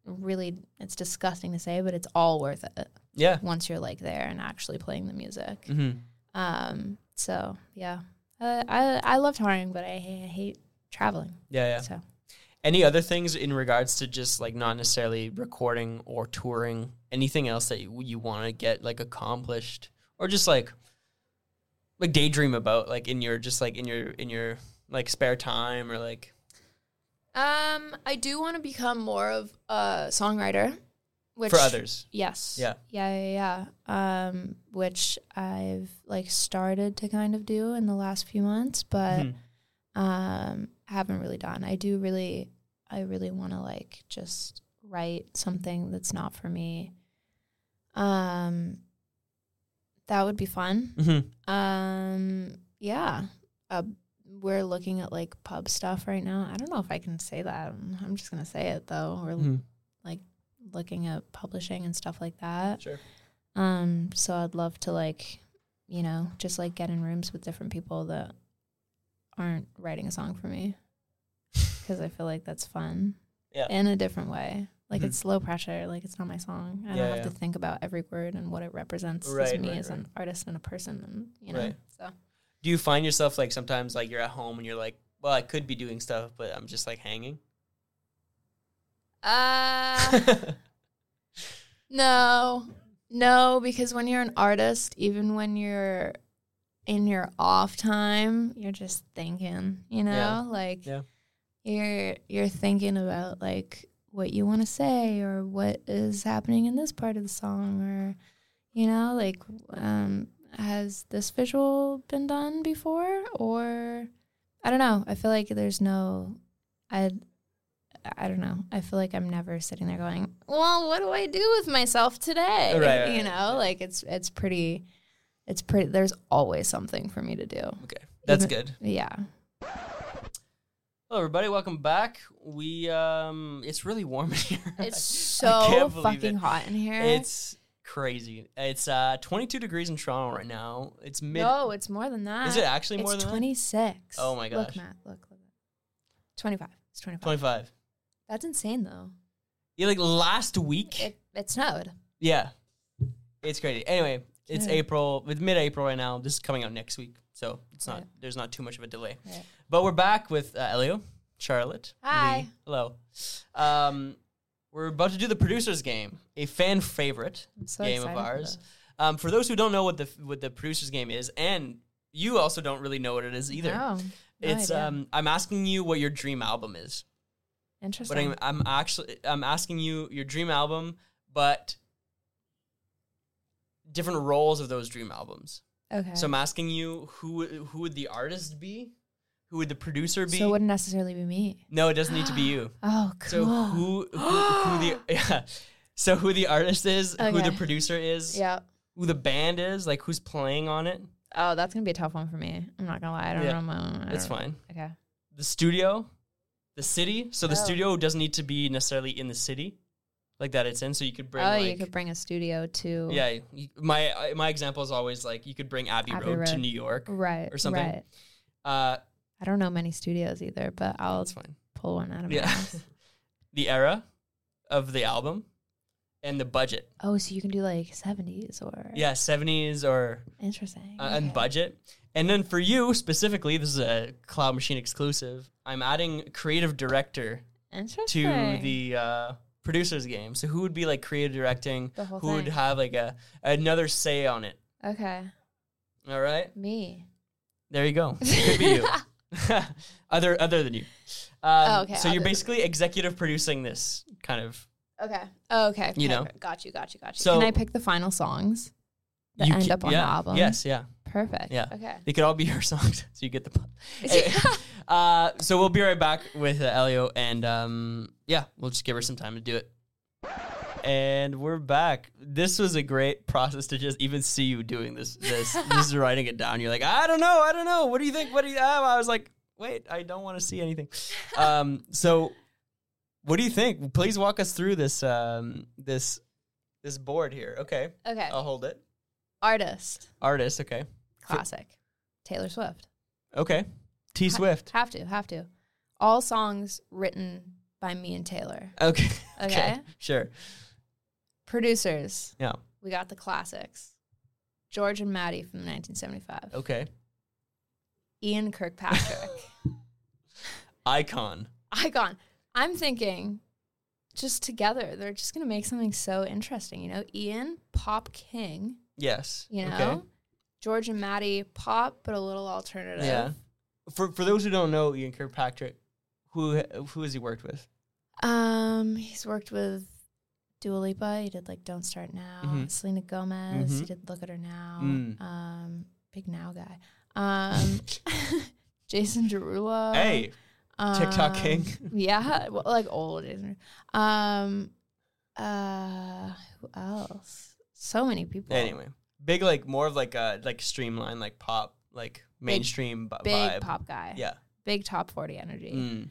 really it's disgusting to say, but it's all worth it yeah. once you're like there and actually playing the music. hmm Um, so yeah, uh, I I love touring, but I, ha- hate traveling. Yeah, yeah. So Any other things in regards to just like not necessarily recording or touring? Anything else that you, you want to get like accomplished or just like like daydream about like in your just like in your in your like spare time or like um, I do want to become more of a songwriter. Which for others. Yes. Yeah. Yeah, yeah, yeah. Um, which I've like started to kind of do uh, in the last few months, but Mhm. um, haven't really done. I do really I really want to like just write something that's not for me. Um, that would be fun. Mm-hmm. Um, yeah. Uh, we're looking at like pub stuff right now. I don't know if I can say that. I'm just gonna say it though. Mm-hmm. We're looking at publishing and stuff like that. Sure. Um, so I'd love to like, you know, just like get in rooms with different people that aren't writing a song for me because I feel like that's fun. Yeah. In a different way. Like Mhm. it's low pressure, like it's not my song. I Yeah, don't have yeah. to think about every word and what it represents as Right, me right, as an artist and a person and you know. Right. So Do you find yourself like sometimes like you're at home and you're like, well, I could be doing stuff, but I'm just like hanging? uh No, no, because when you're an artist, even when you're in your off time, you're just thinking, you know, Yeah. like Yeah. you're you're thinking about like what you want to say or what is happening in this part of the song or you know, like um has this visual been done before or I don't know. I feel like there's no I I don't know. I feel like I'm never sitting there going, "Well, what do I do with myself today?" Right, right, you right, know, yeah. like it's it's pretty it's pretty there's always something for me to do. okay, that's Even- good. Yeah. Hello, everybody. Welcome back. We um, it's really warm in here. It's I so can't believe fucking it. hot in here. It's crazy. It's uh 22 degrees in Toronto right now. It's mid. no, it's more than that. Is it actually more it's than that? 26. Oh my gosh. Look, Matt, look, look. 25. It's 25. 25. That's insane though. Yeah, like last week. It it snowed. yeah, it's crazy. Anyway, it's Yeah. April. It's mid-April right now. This is coming out next week, so it's not. Right. There's not too much of a delay. Right. But we're back with uh, Elio, Charlotte. Hi. Lee. Hello. Um, we're about to do the producers game, a fan favorite I'm so game excited of for ours. this. Um, for those who don't know what the what the producers game is, and you also don't really know what it is either. No, Oh, no it's idea. um, I'm asking you what your dream album is, but interesting. I'm, I'm actually I'm asking you your dream album, but different roles of those dream albums. okay. So I'm asking you who who would the artist be, who would the producer be? So it wouldn't necessarily be me. no, it doesn't need to be you. Oh, cool. So who, who who the yeah. So who the artist is, who the Okay. producer is, Yeah. who the band is, like who's playing on it. Oh, that's gonna be a tough one for me. I'm not gonna lie. I don't Yeah. know my own. I It's don't- fine. Okay. The studio, the city. So the Oh. studio doesn't need to be necessarily in the city, like that it's in. So you could bring oh, like you could bring a studio to. yeah. You, my I- my example is always like you could bring Abbey, Abbey Road, to Road. New York. Right. Or something. Right. Uh, I don't know many studios either, but I'll that's fine. pull one out of my Yeah, ass. the era of the album and the budget. Oh, so you can do like 70s or. Yeah, seventies or Interesting. uh, and Okay. budget. And then for you specifically, this is a Cloud Machine exclusive. I'm adding creative director Interesting. to the uh, producers game. So who would be like creative directing? The whole who would thing. have like a another say on it? Okay. All right, Me. there you go. Could be you. other other than you. Um, Oh, okay, So I'll you're do it. basically executive producing this kind of. Okay. Oh, okay. Okay, You know. Got you. Got you. Got you. So- can I pick the final songs that you end ca- up on yeah, the album? Yes. Yeah. Perfect. Yeah. Okay. They could all be your songs, so you get the. pun. Anyway, uh, so we'll be right back with uh, Elio, and um, yeah, we'll just give her some time to do it. And we're back. This was a great process to just even see you doing this. This this is writing it down. You're like, I don't know, I don't know. What do you think? What do you? ah," I was like, wait, I don't want to see anything. Um, so, what do you think? Please walk us through this um, this this board here. Okay, Okay. I'll hold it. Artist. Artist. Okay. Classic. Taylor Swift. Okay. T Ha- Swift. Have to, have to. All songs written by me and Taylor. Okay. Okay. Sure. Producers. Yeah. We got the classics. George and Maddie from 1975. Okay. Ian Kirkpatrick. Icon. Icon. I'm thinking just together, they're just going to make something so interesting. You know, Ian, pop king, Yes. you know? George and Maddie, pop, but a little alternative. Yeah. For for those who don't know Ian Kirkpatrick, who who has he worked with? Um, he's worked with Dua Lipa. He did like "Don't Start Now." Mhm. Selena Gomez. Mhm. He did "Look at Her Now." Mm. Um, big now guy. Um, Jason Derulo. hey, Um, TikTok king. yeah, well, like old. Isn't it? Um, uh, who else? So many people. Anyway, big like more of like uh like streamline like pop like mainstream bu- big vibe. pop guy. Yeah. big top forty energy. Mm.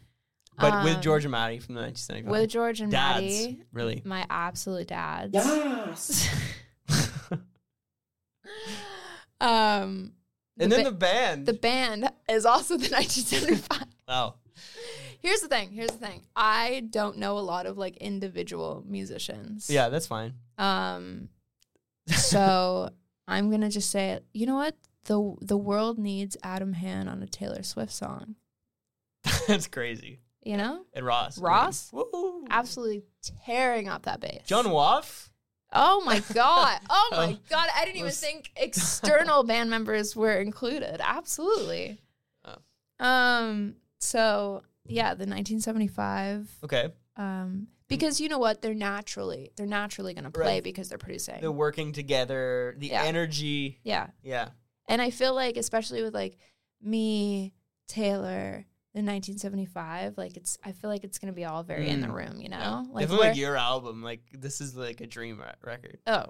But with Um, Georgia Maddie from the 1975. With George and Mm, dads, Maddie, really. my absolute dads. Yes. Mm. um, and then ba- the band. the band is also the 1975. wow. Here's the thing. Here's the thing. I don't know a lot of like individual musicians. Yeah, that's fine. Um, so I'm gonna just say, it. you know what? the The world needs Adam Han on a Taylor Swift song. that's crazy. You know, And Ross. I mean, Ross? Woo. absolutely tearing up that bass. John Woff? Oh my god. Oh my Um, god. I didn't even was- think external band members were included. Absolutely. Oh. Um. So yeah, the 1975. Okay. Um. Because you know what? They're naturally they're naturally gonna play Right. because they're producing. The working together, the Yeah. energy. yeah. Yeah. And I feel like, especially with like me, Taylor, the 1975, like it's, I feel like it's going to be all very in the Mm. room, you know? Yeah. Like, Definitely like we're- your album. Like this is like a dream re- record. oh,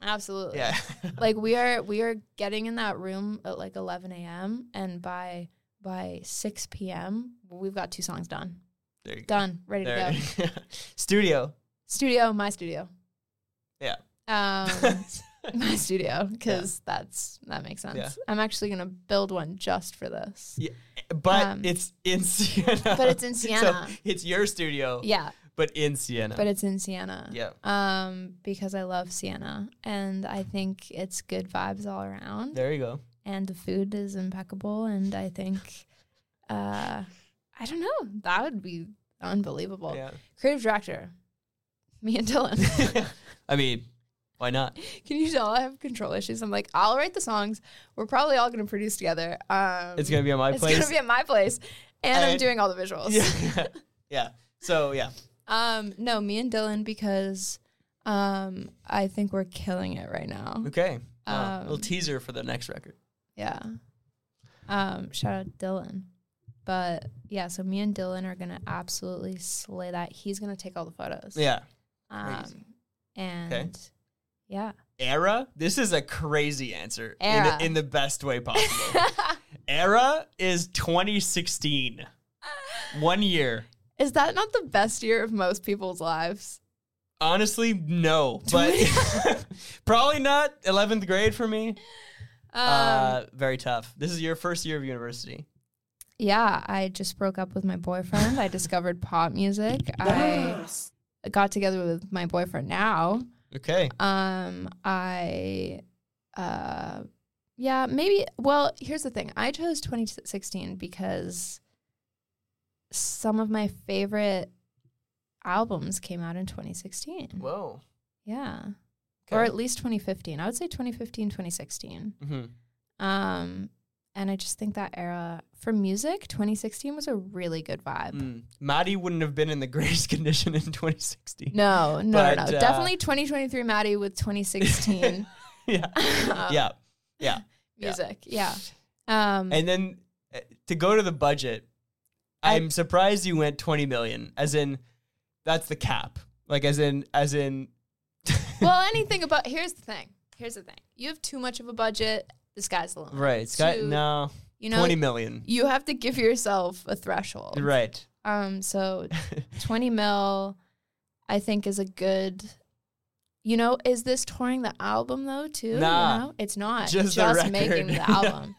absolutely. Yeah. Like we are, we are getting in that room at like 11 a.m. and by, by 6 p.m., we've got two songs done. there you go. Done. Ready There. to go. Studio. Studio, my studio. Yeah. Um, my studio, because that's, that makes sense. Yeah. I'm actually going to build one just for this. but um, it's in Siena. But it's in So Siena. it's your studio, yeah. but in Siena. but it's in Siena. yeah. Um, because I love Siena and I think it's good vibes all around There you go. and the food is impeccable and I think uh I don't know, that would be unbelievable. Yeah. Creative director. Me and Dylan. I mean, why not? Can you tell I have control issues? I'm like, I'll write the songs. We're probably all gonna produce together. Um It's gonna be on my it's place. gonna be at my place. And I'm And- doing all the visuals. yeah. yeah. So yeah. Um, no, me and Dylan because um I think we're killing it right now. Okay. Wow. little Um, teaser for the next record. Yeah. Um, shout out Dylan. But yeah, so me and Dylan are gonna absolutely slay that. He's gonna take all the photos. Yeah. Um, and yeah. Era. This is a crazy answer in Era. the, in the best way possible. Era is 2016. One year. Is that not the best year of most people's lives? Honestly, no, but probably not 11th grade for me. Um, uh, very tough. This is your first year of university. yeah, I just broke up with my boyfriend. I discovered pop music. I Yes. got together with my boyfriend now. Okay. Um, I, uh, yeah, maybe. Well, here's the thing. I chose 2016 because some of my favorite albums came out in 2016. Whoa. Yeah. Okay. Or at least 2015. I would say 2015, 2016. hmm Um, and I just think that era for music, 2016 was a really good vibe. Mm. Maddie wouldn't have been in the greatest condition in 2016. No, no, But, no. uh, Definitely 2023 Maddie with 2016 yeah. Uh, yeah. Yeah. music. Yeah. Um, And then uh, to go to the budget, I- I'm surprised you went 20 million, as in that's the cap. Like, as in, as in, well, anything about here's the thing. Here's the thing. You have too much of a budget. The sky's the limit. right. Scott, To- no, You know, 20 million. you have to give yourself a threshold. Right. Um. So, twenty mil, I think is a good. You know, is this touring the album though too? Nah. You know, it's not just, Just the record. making the Yeah. album.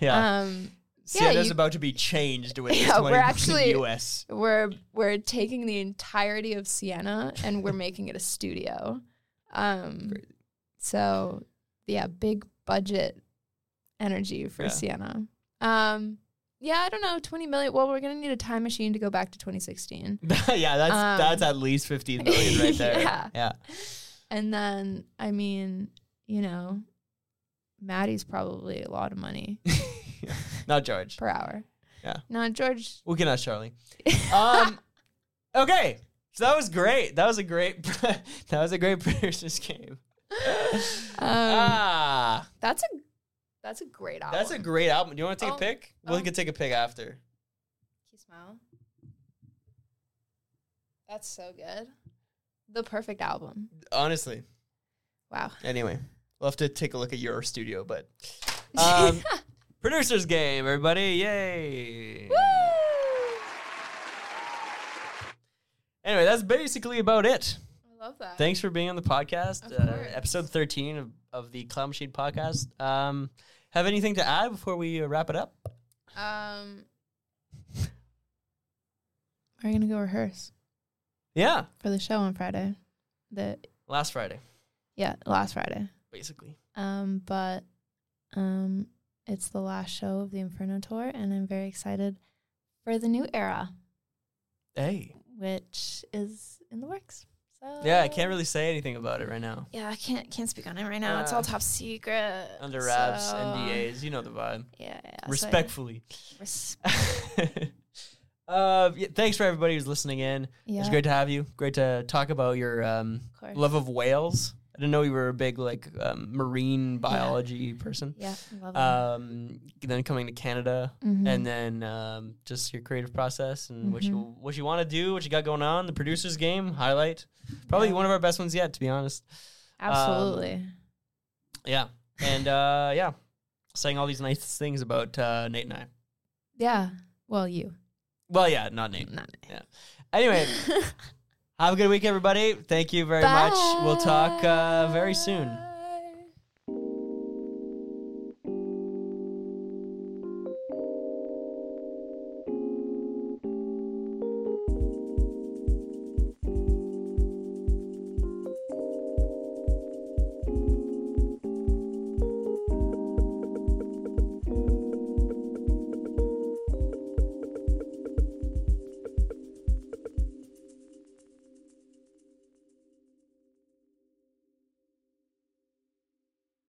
yeah. Um. Santa's you- about to be changed with this Yeah, 20 we're million actually- US. We're we're taking the entirety of Sienna and we're making it a studio. Um. Crazy. So yeah, big budget energy for Yeah. Sienna. Um yeah, I don't know, 20 million. Well, we're going to need a time machine to go back to 2016. yeah, that's Um, that's at least 15 million right there. yeah. yeah. And then I mean, you know, Maddie's probably a lot of money Not George. per hour. Yeah. No, George We cannot Charlie. Um okay. So that was great. That was a great that was a great British game. um, ah, that's a that's a great album. that's a great album. Do you want to take Oh, a pic? We oh. can take a pic after. Kiss Wow. That's so good. The perfect album. Honestly. Wow. Anyway, we'll have to take a look at your studio, but um, producers game, everybody, yay! Anyway, that's basically about it. I love that. Thanks for being on the podcast, Of uh, course. episode thirteen of, of the Clown Machine podcast. Um, have anything to add before we uh, wrap it up? um, we're gonna go rehearse Yeah, for the show on Friday. The last Friday, yeah, last Friday. basically. Um, but um, it's the last show of the Inferno tour, and I'm very excited for the new era, Hey, which is in the works. So yeah, I can't really say anything about it right now. Yeah, I can't can't speak on it right now. it's Uh, all top secret. Under wraps, so, um, NDAs, you know the vibe. Yeah, yeah so- Respectfully. Res- uh, yeah, thanks for everybody who's listening in. yeah, It's great to have you. Great to talk about your um, of course. love of whales. I didn't know you were a big like um, marine biology person. Yeah, love it. Um, then coming to Canada, Mhm. and then um, just your creative process and what you Mhm. what you want to do, what you got going on. The producers game highlight, probably Yeah. one of our best ones yet, to be honest. Absolutely. Yeah, and uh, yeah, saying all these nice things about uh, Nate and I. yeah. Well, you. Well, yeah, not Nate. Not Anyway, have a good week, everybody. Thank you very much. We'll talk uh, very soon. Bye.